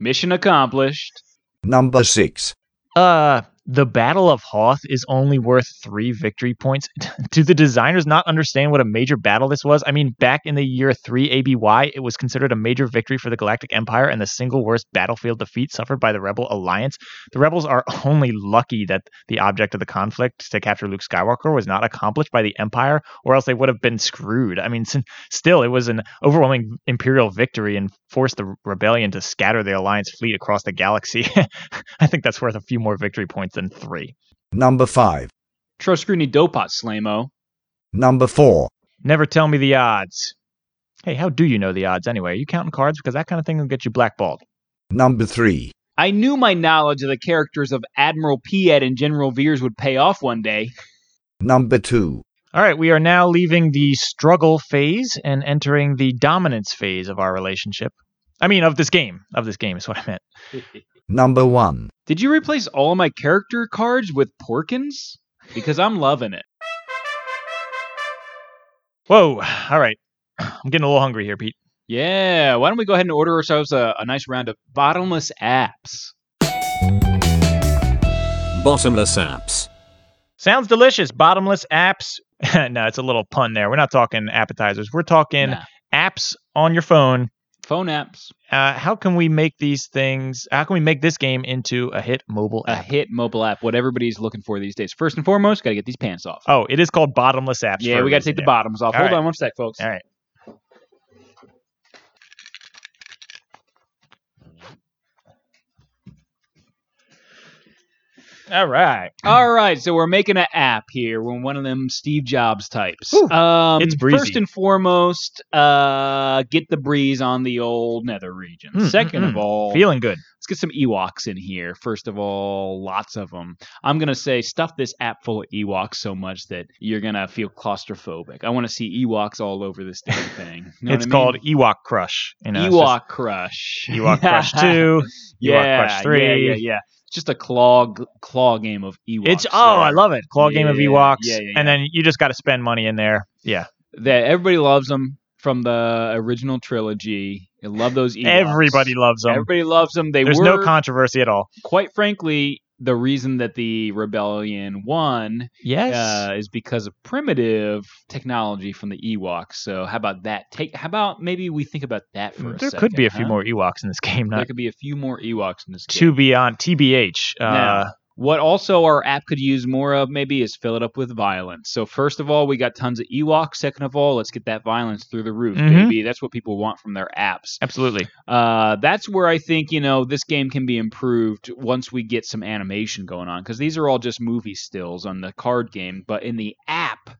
Mission accomplished.
Number 6.
Uh, the Battle of Hoth is only worth three victory points. <laughs> Do the designers not understand what a major battle this was? I mean, back in the year 3 ABY, it was considered a major victory for the Galactic Empire and the single worst battlefield defeat suffered by the Rebel Alliance. The Rebels are <laughs> only lucky that the object of the conflict to capture Luke Skywalker was not accomplished by the Empire, or else they would have been screwed. I mean, <laughs> sin- still, it was an overwhelming Imperial victory and forced the rebellion to scatter the Alliance fleet across the galaxy. <laughs> I think that's worth a few more victory points than three.
Number 5.
Troscruni Dopot Slamo.
Number 4.
Never tell me the odds. Hey, how do you know the odds anyway? Are you counting cards? Because that kind of thing will get you blackballed.
Number 3.
I knew my knowledge of the characters of Admiral Piet and General Veers would pay off one day.
Number 2.
All right, we are now leaving the struggle phase and entering the dominance phase of our relationship. I mean, of this game. Of this game is what I meant.
Number 1.
Did you replace all my character cards with Porkins? Because I'm loving it.
Whoa. All right. I'm getting a little hungry here, Pete.
Yeah, why don't we go ahead and order ourselves a, a nice round of bottomless apps?
Bottomless apps.
Sounds delicious. Bottomless apps. <laughs> no, it's a little pun there. We're not talking appetizers. We're talking
Nah.
apps on your phone
Phone apps,
uh, how can we make these things? uh, How can we make this game into a hit mobile
a
app?
hit mobile app, what everybody's looking for these days. First and foremost, got to get these pants off.
Oh, it is called Bottomless Apps.
yeah,
for
we
a
got to
reason,
take the
yeah.
bottoms off.
All
Hold
right.
on one sec, folks.
All right. All right.
All right, so we're making an app here. We're one of them Steve Jobs types.
Whew,
um,
it's breezy.
First and foremost, uh, get the breeze on the old nether region.
Mm,
Second
mm,
of
mm.
all,
Feeling good.
let's get some Ewoks in here. First of all, lots of them. I'm going to say stuff this app full of Ewoks so much that you're going to feel claustrophobic. I want to see Ewoks all over this damn thing. You know what I
it's
mean?
called Ewok Crush. You know, it's just
Ewok Crush. <laughs>
Ewok Crush 2.
yeah,
Crush
Yeah,
3.
yeah, yeah. It's just a claw g- claw game of Ewoks.
It's, oh, I
there.
love it. Claw game of
Yeah,
Ewoks.
yeah, yeah,
And
yeah.
then you just got to spend money in there. Yeah.
that everybody loves them from the original trilogy. I love those Ewoks.
Everybody loves them.
Everybody loves them. They
There's
were,
no controversy at all.
quite frankly, the reason that the rebellion won
Yes.
uh, is because of primitive technology from the Ewoks. So how about that? Take how about maybe we think about that for a
there
second,
could be a few
huh?
more Ewoks in this game.
There
Not
could be a few more Ewoks in this
to
game.
be on TBH. Uh,
Now, What also our app could use more of maybe is fill it up with violence. So first of all, we got tons of Ewoks. Second of all, let's get that violence through the roof,
Mhm.
baby. That's what people want from their apps.
Absolutely.
Uh, that's where I think you know this game can be improved once we get some animation going on because these are all just movie stills on the card game, but in the app,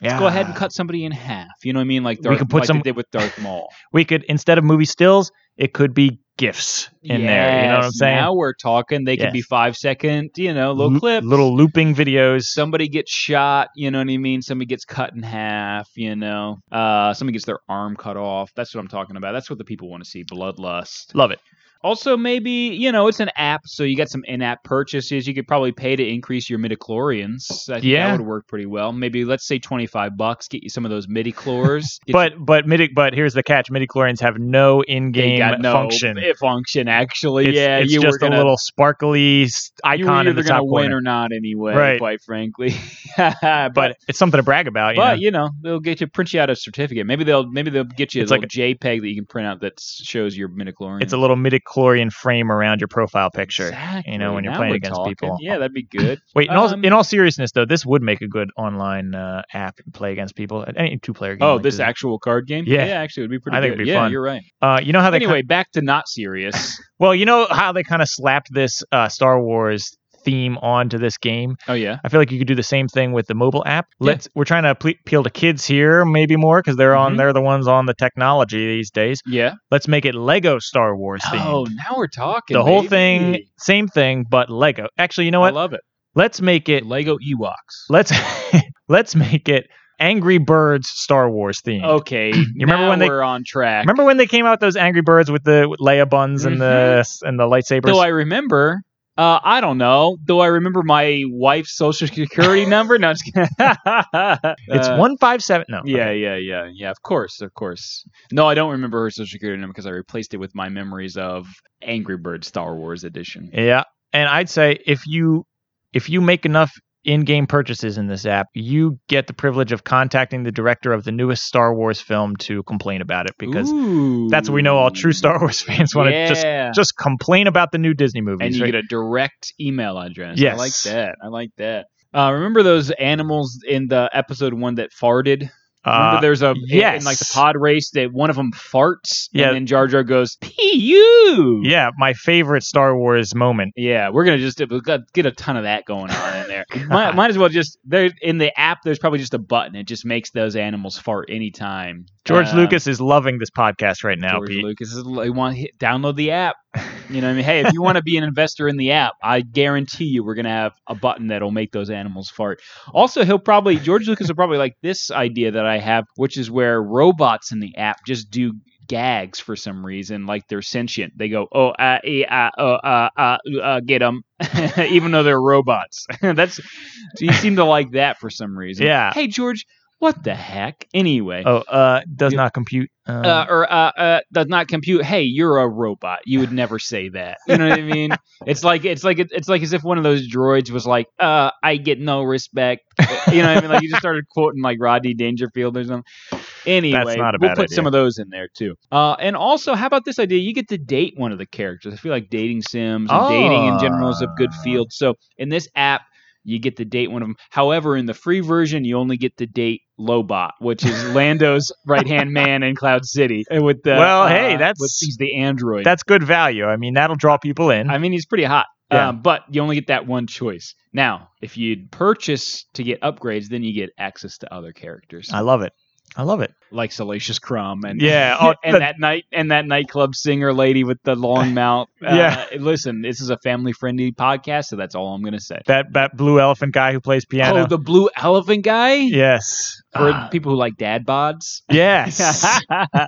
Yeah.
go ahead and cut somebody in half. You know what I mean? Like
Ah. We
Darth,
could put
like
some-
they did with Darth Maul.
We could instead of movie stills, it could be gifs <laughs> in there. You know what I'm
Yes,
saying? Mm-hmm.
Now we're talking. They
Yeah.
could be five second, you know, little
L-
clips,
little looping videos.
somebody gets shot, you know what I mean? Somebody gets cut in half, you know. Uh somebody gets their arm cut off. That's what I'm talking about. That's what the people want to see, bloodlust.
Love it.
Also, maybe, you know, it's an app, so you got some in app purchases. You could probably pay to increase your midichlorians. I think
Yeah.
that would work pretty well. Maybe, let's say 25 bucks, get you some of those midichlors. Get
<laughs> But but midi- but here's the catch: midichlorians have no in-game function.
It function, actually.
it's,
yeah,
it's
you
just
were gonna,
a little sparkly s-
you were
icon in
either
the
gonna
top
win
corner.
or not anyway,
Right.
quite frankly. <laughs> but,
but it's something to brag about. You know?
But you know, they'll get you print you out a certificate. Maybe they'll maybe they'll get you a
It's
little
like
JPEG that you can print out that s- shows your midichlorian.
it's a little midichlorian frame around your profile picture.
Exactly.
you know, when you're
Now
playing
we're
against
talking.
people.
Yeah, that'd be good.
<laughs> Wait, in all,
Um,
in all seriousness though, this would make a good online uh, app to play against people. Any two-player game.
oh,
like
this actual card game?
Yeah.
actually, it'd be pretty
I think
good.
it'd be
yeah,
fun.
you're right.
Uh, you know how they
Anyway, back to not serious.
Well, you know how they kind of slapped this uh, Star Wars theme onto this game.
oh yeah.
I feel like you could do the same thing with the mobile app.
Yeah.
Let's we're trying to ple- appeal to kids here, maybe more because they're on
Mhm.
they're the ones on the technology these days.
Yeah.
Let's make it Lego Star Wars themed.
Oh, now we're talking.
the whole
baby.
thing, same thing, but Lego. Actually, you know
I
what?
love it.
Let's make it.
Lego Ewoks.
Let's <laughs> let's make it Angry Birds Star Wars themed.
Okay, you
remember when they-
we're on track?
Remember when they came out with those Angry Birds with the with Leia buns and the and the lightsabers?
Mm-hmm. Though I remember, uh, I don't know. Though I remember my wife's social
<laughs>
security number. No, I'm just kidding. <laughs>
it's
Uh,
one five seven. No,
Yeah, yeah, yeah, yeah. Of course, of course. No, I don't remember her social security number because I replaced it with my memories of Angry Bird Star Wars edition.
Yeah. And I'd say if you if you make enough in-game purchases in this app, you get the privilege of contacting the director of the newest Star Wars film to complain about it because that's what we know all true Star Wars <laughs> fans want to
Yeah.
just just complain about the new Disney movies.
And you
right?
get a direct email address. I like
Yes.
that. I like that. Uh, remember those animals in the episode one that farted?
Uh,
remember there's a in,
yes.
in, like the pod race that one of them farts
Yeah.
and then Jar Jar goes pu.
yeah, my favorite Star Wars moment.
Yeah, we're gonna just we've got- get a ton of that going on in there. might,
<laughs> God.
might as well just there in the app. There's probably just a button. It just makes those animals fart anytime.
George
Uh,
Lucas is loving this podcast right now,
George
Pete.
Lucas is like, want hit, download the app. You know, what I mean, hey, if you want to be an investor in the app, I guarantee you we're gonna have a button that'll make those animals fart. Also, he'll probably George Lucas will probably like this idea that I have, which is where robots in the app just do gags for some reason, like they're sentient. They go, oh, uh, eh, uh, oh, uh, uh, ooh, uh, get them, <laughs> even though they're robots. <laughs> That's he seemed to like that for some reason.
Yeah.
Hey, George, what the heck? Anyway
Oh, uh, does
Yeah.
not compute. Um,
uh, or uh, uh, does not compute. Hey, you're a robot. You would never say that. You know what I mean? It's like it's like it's like as if one of those droids was like, uh, "I get no respect." You know what I mean? Like you just started quoting like Rodney Dangerfield or something. Anyway,
not a
we'll
bad
put
idea.
some of those in there too. Uh, and also, how about this idea? You get to date one of the characters. I feel like dating sims and dating in general is a good
Ah.
field. So in this app, you get to date one of them. However, in the free version, you only get to date Lobot, which is
<laughs>
Lando's right hand man in Cloud City. And With the
Well,
uh,
hey, that's-
with- he's the android.
that's good value. I mean, that'll draw people in.
I mean, he's pretty hot.
Yeah.
Um, but you only get that one choice. Now, if you purchase to get upgrades, then you get access to other characters
I love it. I love it.
like Salacious Crumb and <laughs>
Uh, Yeah, oh,
and
the-
that night and that nightclub singer lady with the
<laughs>
long mouth. Uh,
Yeah.
listen, this is a family friendly podcast, so that's all I'm gonna say.
That that blue elephant guy who plays piano.
Oh, the blue elephant guy.
Yes.
For
Ah,
people who like dad
<laughs>
bods. <laughs>
yes.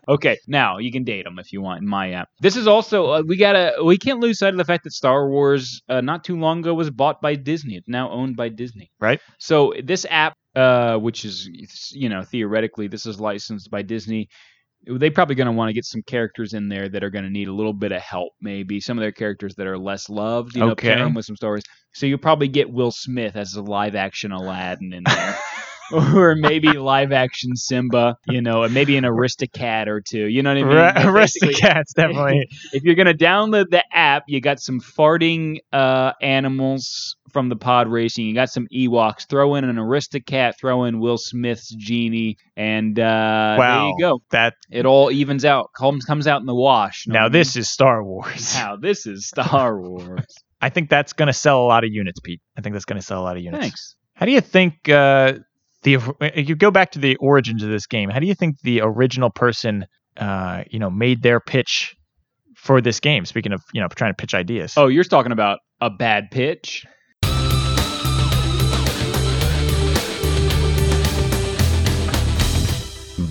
okay, now you can date them if you want in my app. This is also uh, we gotta we can't lose sight of the fact that Star Wars uh, not too long ago was bought by Disney. It's now owned by Disney.
Right.
So this app, uh, which is you know theoretically this is licensed by Disney. They probably going to want to get some characters in there that are going to need a little bit of help. Maybe some of their characters that are less loved. You know,
Okay.
pair 'em with some stories. So you'll probably get Will Smith as a live action Aladdin in
<laughs>
there. or maybe live action Simba, you know, and maybe an Aristocat or two. You
<laughs>
know what I mean?
Ra-
But basically,
Aristocats, definitely.
If you're gonna download the app, you got some farting uh, animals from the pod racing. You got some Ewoks. Throw in an Aristocat. Throw in Will Smith's genie, and uh, there
Wow.
you go.
That
It all evens out. Comes comes out in the wash. Know
now
what I mean?
this is Star Wars.
Wow, this is Star Wars.
<laughs> I think that's going to sell a lot of units, Pete. I think that's going to sell a lot of units.
Thanks.
How do you think uh, the if you go back to the origins of this game? How do you think the original person, uh, you know, made their pitch for this game? Speaking of, you know, trying to pitch ideas.
Oh, you're talking about a bad pitch.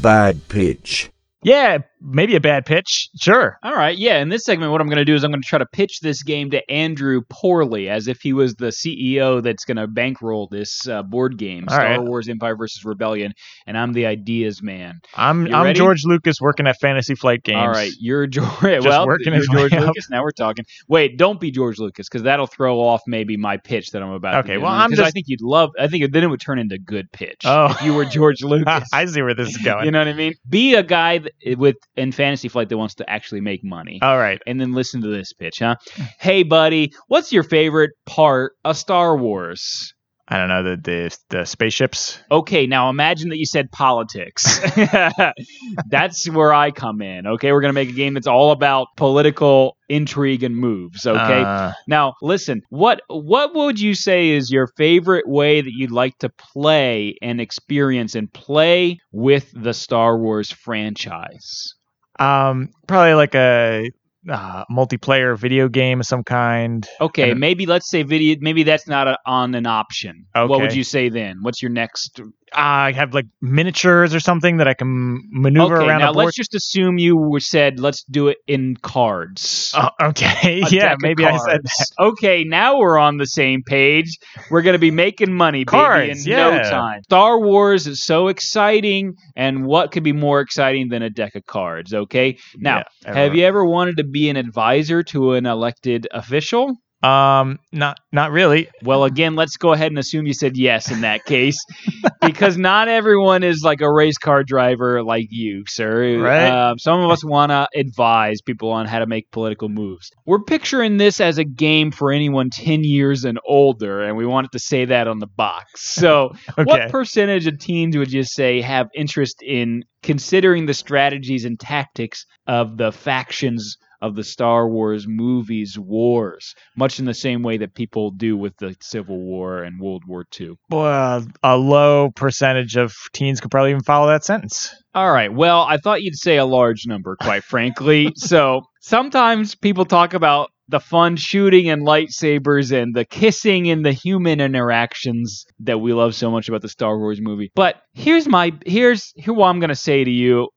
Bad pitch.
yeah, maybe a bad pitch. Sure.
All right, yeah. In this segment, what I'm going to do is I'm going to try to pitch this game to Andrew poorly, as if he was the CEO that's going to bankroll this uh, board game,
All
Star
right.
Wars: Empire versus Rebellion, and I'm the ideas man.
I'm
You
I'm
ready?
George Lucas working at Fantasy Flight Games.
All
<laughs>
right, you're <laughs> George. well,
working
you're
his way
George
up.
Lucas. Now we're talking. Wait, don't be George Lucas because that'll throw off maybe my pitch that I'm about.
Okay,
to do.
well, I'm
'Cause I
just-
think you'd love. I think then it would turn into good pitch.
Oh.
if you were George Lucas.
<laughs> Ah, I see where this is going.
<laughs> you know what I mean? Be a guy that, with in Fantasy Flight that wants to actually make money.
All right.
and then listen to this pitch, huh? Hey, buddy, what's your favorite part of Star Wars?
I don't know the the, the spaceships.
Okay, now imagine that you said politics. <laughs> that's where I come in. Okay, we're going to make a game that's all about political intrigue and moves, okay?
Uh,
now, listen, what what would you say is your favorite way that you'd like to play and experience and play with the Star Wars franchise?
um, probably like a uh, multiplayer video game of some kind.
Okay,
And-
maybe let's say video. Maybe that's not a, on an option. What would
Okay.
you say then? What's your next?
I have like miniatures or something that I can maneuver
okay,
around
now
a board.
let's just assume you were said let's do it in cards.
Oh, okay,
A
<laughs> yeah,
deck of
maybe I said <laughs> that.
cards. Okay, now we're on the same page. We're gonna be making money,
Cards,
baby, in no
yeah.
time. Star Wars is so exciting, and what could be more exciting than a deck of cards? Okay, now
Yeah,
have you ever wanted to be an advisor to an elected official?
Um, not not really.
Well, again, let's go ahead and assume you said yes in that case, because not everyone is like a race car driver like you, sir.
Right.
Uh, some of us want to advise people on how to make political moves. We're picturing this as a game for anyone 10 years and older, and we wanted to say that on the box. So, <laughs>
Okay.
what percentage of teens would you say have interest in considering the strategies and tactics of the factions of the Star Wars movies wars, much in the same way that people do with the Civil War and World War II?
Well, a low percentage of teens could probably even follow that sentence.
All right. Well, I thought you'd say a large number, quite frankly. so sometimes people talk about the fun shooting and lightsabers and the kissing and the human interactions that we love so much about the Star Wars movie. But here's my here's here what I'm gonna say to you.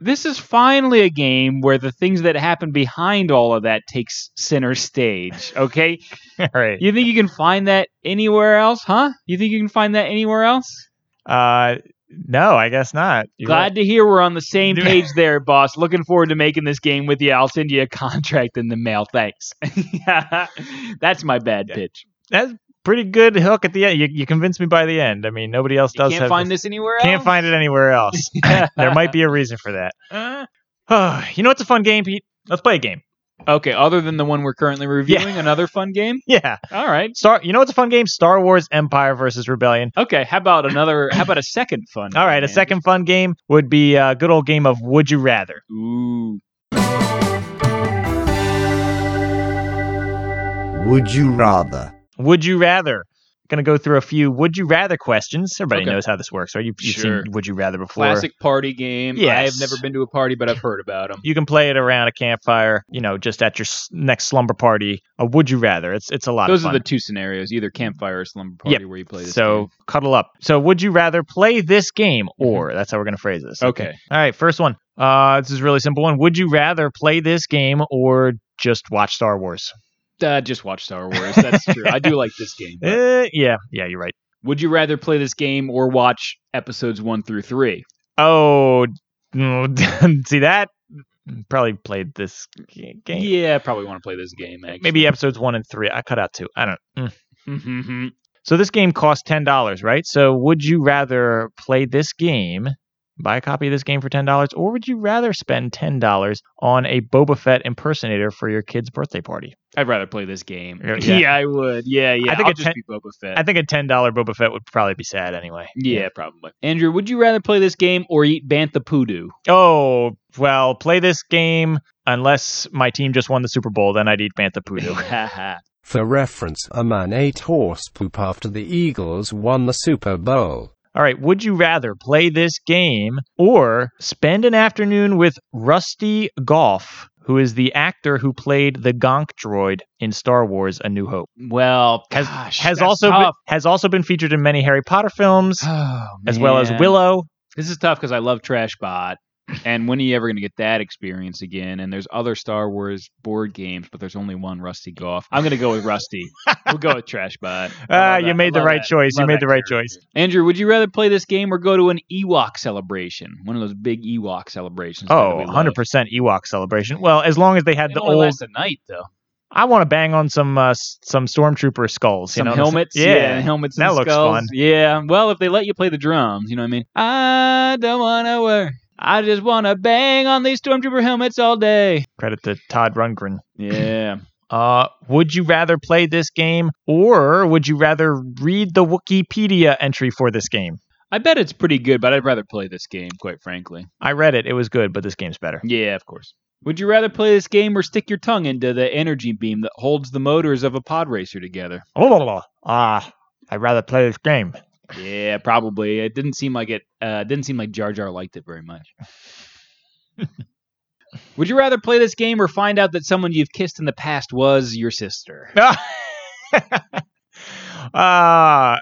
This is finally a game where the things that happen behind all of that takes center
<laughs>
stage. Okay?
All right.
You think you can find that anywhere else, huh? You think you can find that anywhere else?
Uh, no, I guess not. You're
Glad to hear we're on the same
Do-
page there, boss. Looking forward to making this game with you. I'll send you a contract in the mail. Thanks. <laughs> That's my bad pitch.
that's pretty good hook at the end. You, you convinced me by the end. I mean, nobody else
You
does
can't
have
find this anywhere else.
Can't find it
<laughs>
anywhere else. <laughs> there might be a reason for that.
Uh,
<sighs> you know what's a fun game, Pete? Let's play a game. <laughs>
okay, other than the one we're currently reviewing, another fun game.
Yeah.
All right.
Star. You know what's a fun game? Star Wars Empire versus Rebellion.
Okay. How about another? How about a second fun?
<laughs> All right,
game,
a
man?
second fun game would be a good old game of Would You Rather.
Ooh.
Would you rather?
Would you rather? Going to go through a few Would You Rather questions. Everybody
Okay.
knows how this works, right? You, you've
Sure.
seen Would You Rather before.
Classic party game. I have
Yes.
never been to a party, but I've heard about them.
You can play it around a campfire, you know, just at your s- next slumber party. A Would You Rather. It's it's a lot
Those
of fun.
are the two scenarios: either campfire or slumber party,
Yep.
where you play this.
so
game.
cuddle up. So would you rather play this game or that's how we're gonna phrase this.
Mm-hmm. Okay.
All right, first one. Uh this is a really simple one. Would you rather play this game or just watch Star Wars?
Uh, just watch Star Wars. That's true. I do like this
<laughs>
game. but-
Eh, yeah, yeah, you're right.
Would you rather play this game or watch episodes one through three?
Oh mm, <laughs> see that? Mm, Probably played this g- game.
Yeah, I probably want to play this game. Actually.
Maybe episodes one and three. I cut out two. I don't. mm.
Maybe.
So this game costs ten dollars, right? So would you rather play this game, buy a copy of this game for ten dollars, or would you rather spend ten dollars on a Boba Fett impersonator for your kid's birthday party?
I'd rather play this game.
Yeah.
I would. <laughs> Yeah, yeah. I think
I think
I'll
it
just
te-
be Boba Fett.
I think a ten dollar Boba Fett would probably be sad anyway.
yeah, probably. Andrew, would you rather play this game or eat bantha
<laughs>
poodoo? <laughs>
Oh well, play this game unless my team just won the Super Bowl, then I'd eat Bantha <laughs> Poodoo.
All
For reference, a man ate horse poop after the Eagles won the Super Bowl.
All right, would you rather play this game or spend an afternoon with Rusty Goff, who is the actor who played the Gonk droid in Star Wars A New Hope?
well,
Has
gosh,
has
that's
also been,
tough.
has also been featured in many Harry Potter films
Oh,
<sighs> as well as
man.
Willow.
This is tough because I love Trashbot. and when are you ever going to get that experience again? And there's other Star Wars board games, but there's only one Rusty Golf. I'm going to go with Rusty. we'll go with
<laughs>
Trashbot.
Ah, you made the right choice. You made the right choice.
Andrew, would you rather play this game or go to an Ewok celebration? One of those big Ewok celebrations.
Oh,
hundred
100% Ewok celebration. Well, as long as they had
They
the
only
old
last a night though.
I want to bang on some uh, s- some stormtrooper skulls, you
Some
know,
helmets, yeah,
yeah,
helmets.
That
and
looks
skulls.
fun.
Yeah, well, if they let you play the drums, you know what I mean. I don't wanna work. I just wanna bang on these stormtrooper helmets all day.
Credit to Todd Rundgren.
Yeah,
Uh, would you rather play this game, or would you rather read the Wikipedia entry for this game?
I bet it's pretty good, but I'd rather play this game, quite frankly.
I read it; it was good, but this game's better. <laughs>
Yeah, of course. Would you rather play this game or stick your tongue into the energy beam that holds the motors of a pod racer together?
Oh, la, la, la. ah, I'd rather play this game. <laughs>
Yeah, probably. It didn't seem like it. Uh, didn't seem like Jar Jar liked it very <laughs> much. Would you rather play this game or find out that someone you've kissed in the past was your sister?
Ah,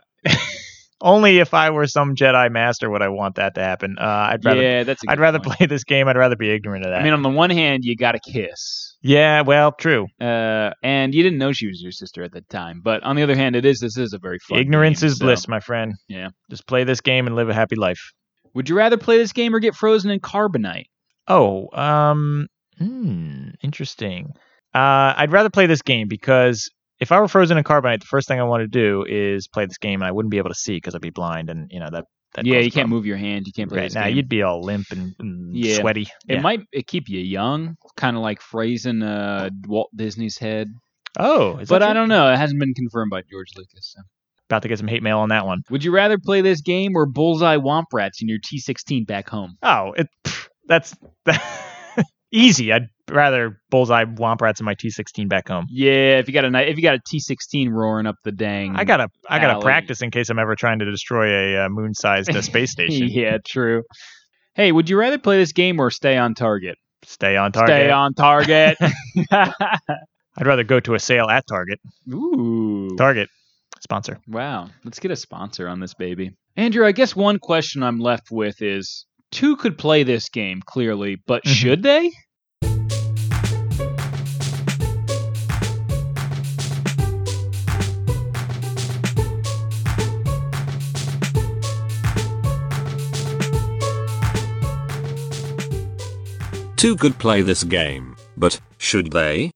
<laughs> only if I were some Jedi master would I want that to happen. Uh, I'd rather,
yeah, that's. A
I'd
good
rather
point.
play this game. I'd rather be ignorant of that.
I mean, on the one hand, you got a kiss,
yeah, well, true.
uh, and you didn't know she was your sister at the time. But on the other hand, it is. This is a very fun.
Ignorance
game,
is
so-
bliss, my friend.
Yeah.
Just play this game and live a happy life.
Would you rather play this game or get frozen in carbonite?
Oh, um, hmm, interesting. Uh, I'd rather play this game because if I were frozen in carbonite, the first thing I want to do is play this game, and I wouldn't be able to see because I'd be blind, and you know that. that
yeah,
causes
you can't
problems.
move your hand. You can't play
Right
this
now,
game.
you'd be all limp and, and
Yeah.
sweaty.
It
Yeah.
might it keep you young, kind of like phrasing uh, Walt Disney's head.
Oh, is that
but I
true?
don't know. It hasn't been confirmed by George Lucas. so.
About to get some hate mail on that one.
Would you rather play this game or Bullseye Womp Rats in your T16 back home?
Oh, it pff, that's <laughs> easy. I'd rather bullseye womp rats in my T16 back home.
Yeah, if you got a ni- if you got a T16 roaring up the dang.
I gotta, I gotta
Alley.
practice in case I'm ever trying to destroy a uh, moon-sized uh, space station.
<laughs> yeah, true. Hey, would you rather play this game or stay on target?
Stay on target.
Stay on
<laughs>
target.
I'd rather go to a sale at Target.
Ooh.
Target sponsor.
Wow. Let's get a sponsor on this baby. Andrew, I guess one question I'm left with is two could play this game, clearly, but
Mhm.
should they?
Two could play this game, but should they?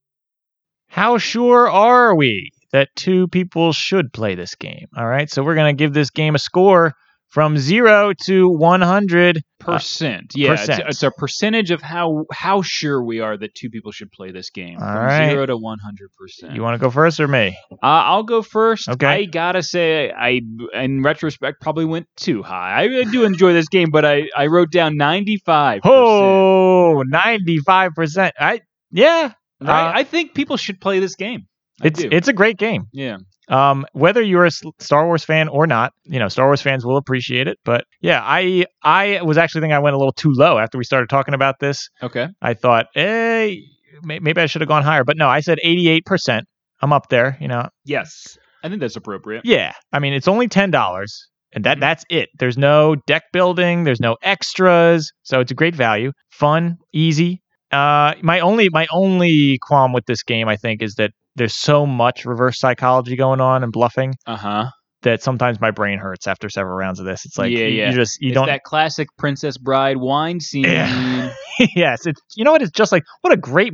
How sure are we that two people should play this game? All right, so we're gonna give this game a score from zero to one hundred. Uh,
Percent. yeah. it's-
percent.
It's, a percentage of how how sure we are that two people should play this game.
All
from
right.
zero to one hundred percent.
You want to go first or me?
uh, I'll go first.
Okay.
I gotta say I in retrospect probably went too high. I do enjoy this game, but I, I wrote down ninety five.
Oh, 95 percent. I yeah, uh,
I think people should play this game. I
it's
do.
it's a great game.
yeah.
Um, whether you're a S- Star Wars fan or not, you know Star Wars fans will appreciate it. But yeah, I I was actually thinking I went a little too low after we started talking about this.
Okay.
I thought, hey, may- maybe I should have gone higher, but no, I said 88 percent. I'm up there, you know.
Yes. I think that's appropriate.
Yeah, I mean it's only ten dollars, and
Mm-hmm.
that that's it. There's no deck building, there's no extras, so it's a great value, fun, easy. Uh, my only my only qualm with this game, I think, is that there's so much reverse psychology going on and bluffing
Uh huh.
that sometimes my brain hurts after several rounds of this. It's like
Yeah,
you, you
yeah.
just you
it's
don't.
that classic Princess Bride wine scene.
Yeah. <laughs> yes, it's you know what? It's just like what a great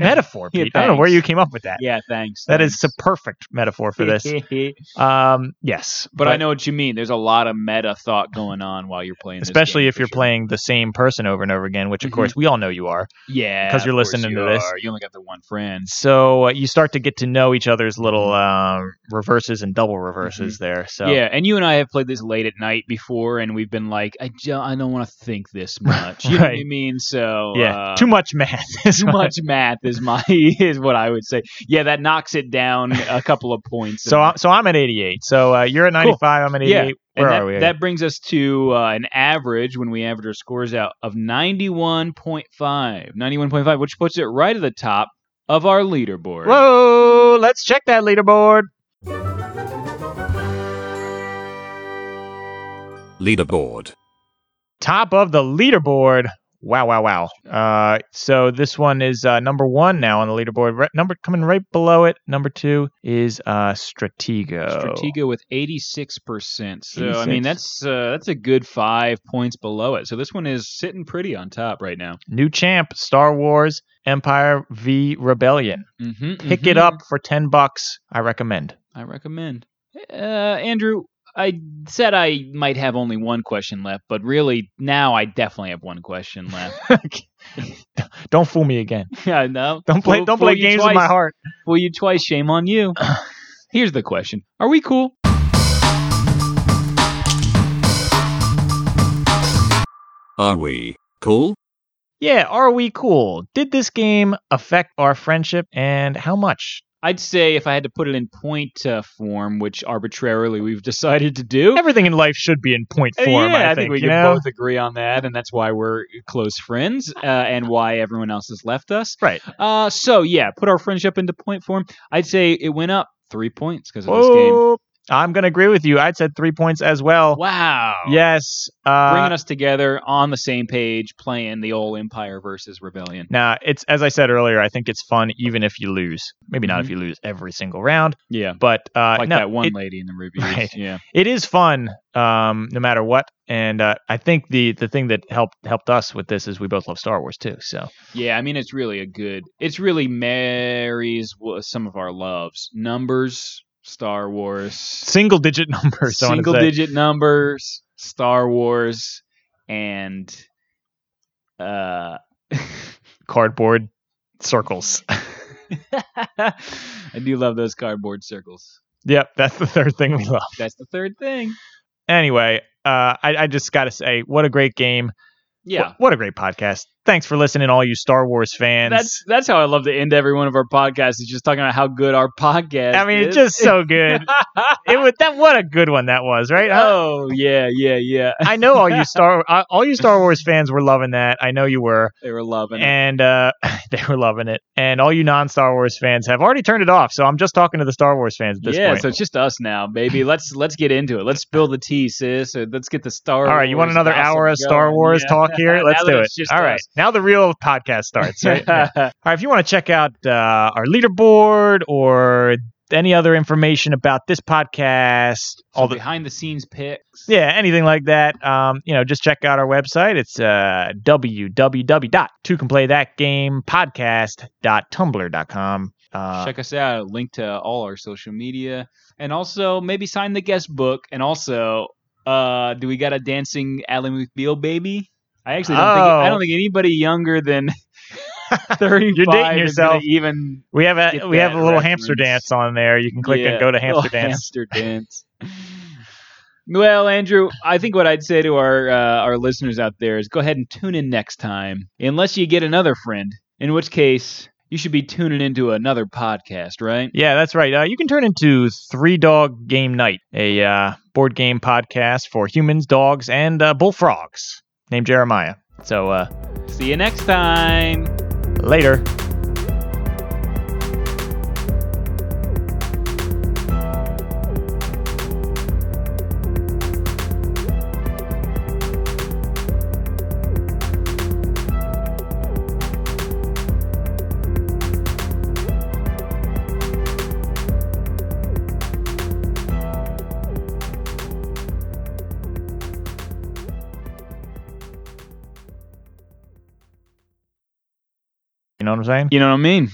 <laughs>
metaphor.
Yeah,
Pete. I don't know where
thanks.
you came up with that.
<laughs> Yeah, thanks.
That is the perfect metaphor
<laughs>
for this. um, yes,
but I know what you mean. There's a lot of meta thought going on while you're playing, this
especially
game,
if
for
you're
sure.
playing the same person over and over again, which of
Mhm.
course we all know you are.
Yeah,
'cause you're
of course
listening
you
to this.
are. You only got the one friend.
So uh, you start to get to know each other's little um, reverses and double reverses there. So
Mm-hmm. Yeah, and you and I have played this late at night before, and we've been like, I, ju- I don't want to think
<laughs>
this much. You know what I
Right.
mean? So
yeah,
uh,
too much <laughs> math. is
too
what-
much math is my <laughs> is what I would say. Yeah, that knocks it down a couple of points.
So I'm so I'm at 88. So uh, you're at 95. I'm at 88.
Yeah,
Where
and that,
are we?
that brings us to uh, an average when we average our scores out of 91.5. 91.5, which puts it right at the top of our leaderboard.
Whoa! Let's check that leaderboard.
Leaderboard.
Top of the leaderboard Wow, wow, wow. Uh, so this one is uh, number one now on the leaderboard. Right, number coming right below it. Number two is uh, Stratego.
Stratego with 86%. So I
86.
mean that's uh, that's a good 5 points below it. So this one is sitting pretty on top right now.
New champ, Star Wars Empire v Rebellion.
Mhm,
Pick
mhm.
it up for 10 bucks. I recommend. <laughs>
I recommend. Uh, Andrew, I said I might have only one question left, but really now I definitely have one question left. <laughs>
Don't fool me again.
yeah, no.
Don't play
Fool-
don't play
fool you
games
twice.
with my heart.
Fool you twice, shame on you. <sighs> Here's the question: Are we cool?
Are we cool?
Yeah, are we cool? Did this game affect our friendship and how much?
I'd say if I had to put it in point uh, form, which arbitrarily we've decided to do.
Everything in life should be in point
Uh,
form,
yeah,
I think.
we
you
can
know?
both agree on that, and that's why we're close <sighs> friends, uh, and why everyone else has left us.
Right.
Uh, so yeah, put our friendship into point form. I'd say it went up three points because of this game.
Whoa. I'm going to agree with you. I'd said three points as well.
Wow.
Yes. Uh,
Bringing us together on the same page, playing the old Empire versus Rebellion.
Now, it's as I said earlier, I think it's fun even if you lose. Maybe not
Mhm.
if you lose every single round,
Yeah.
but uh,
Like
no,
that one
it-
lady in the <laughs> reviews.
Right.
Yeah.
it is fun um, no matter what. And uh, I think the the thing that helped helped us with this is we both love Star Wars too. So
Yeah. I mean, it's really a good, it's really marries wa- some of our loves. Numbers, Star Wars,
single digit <laughs> numbers. I wanna
single
say.
digit numbers, Star Wars, and, uh, <laughs>
cardboard circles. <laughs>
I do love those cardboard circles.
yep, that's the third thing we love.
That's the third thing.
Anyway, uh, I, I just got to say, what a great game. Wh-
Yeah.
What, a great podcast. Thanks for listening, all you Star Wars fans.
That's that's how I love to end every one of our podcasts is just talking about how good our podcast.
I mean,
is.
it's
<laughs>
just so <laughs> good. it was that what a good one that was, right? I-
oh yeah, yeah, yeah.
I know all you Star uh, all you Star Wars fans were loving that. I know you were,
They were loving it.
and uh, <laughs> they were loving it. And all you non Star Wars fans have already turned it off. So I'm just talking to the Star Wars fans at this
Yeah,
point.
so it's just us now, baby. Let's let's get into it. Let's spill the tea, sis. So Let's get the Star.
all right, you want
Wars
another
gossip
hour of Star
going.
Wars
Yeah.
talk here?
<laughs> Now
Let's
that
do it.
it's just
All right,
us.
now the real podcast starts. Right?
<laughs>
<laughs> Yeah. All right, if you want to check out uh, our leaderboard or any other information about this podcast, all
All
the
behind the scenes picks.
yeah, anything like that, um, you know, just check out our website. It's uh, www.twocanplaythatgamepodcast.tumblr.com. Uh,
Check us out. Link to all our social media, and also maybe sign the guest book. And also, uh, do we got a dancing Ally McBeal baby? I actually don't think I
Oh.
don't think anybody younger than thirty.
<laughs> You're dating yourself.
Even
We have a
Get
we have a
that
little hamster
reference.
dance on there. You can click
yeah, <laughs>
and go to
little
hamster dance.
Hamster dance. Well, Andrew, I think what I'd say to our uh, our listeners out there is go ahead and tune in next time, unless you get another friend, in which case you should be tuning into another podcast, right?
Yeah, that's right. Uh, you can turn into Three Dog Game Night, a uh, board game podcast for humans, dogs, and uh, bullfrogs named Jeremiah. So uh,
See you next time.
later. You know what I'm saying?
You know what I mean?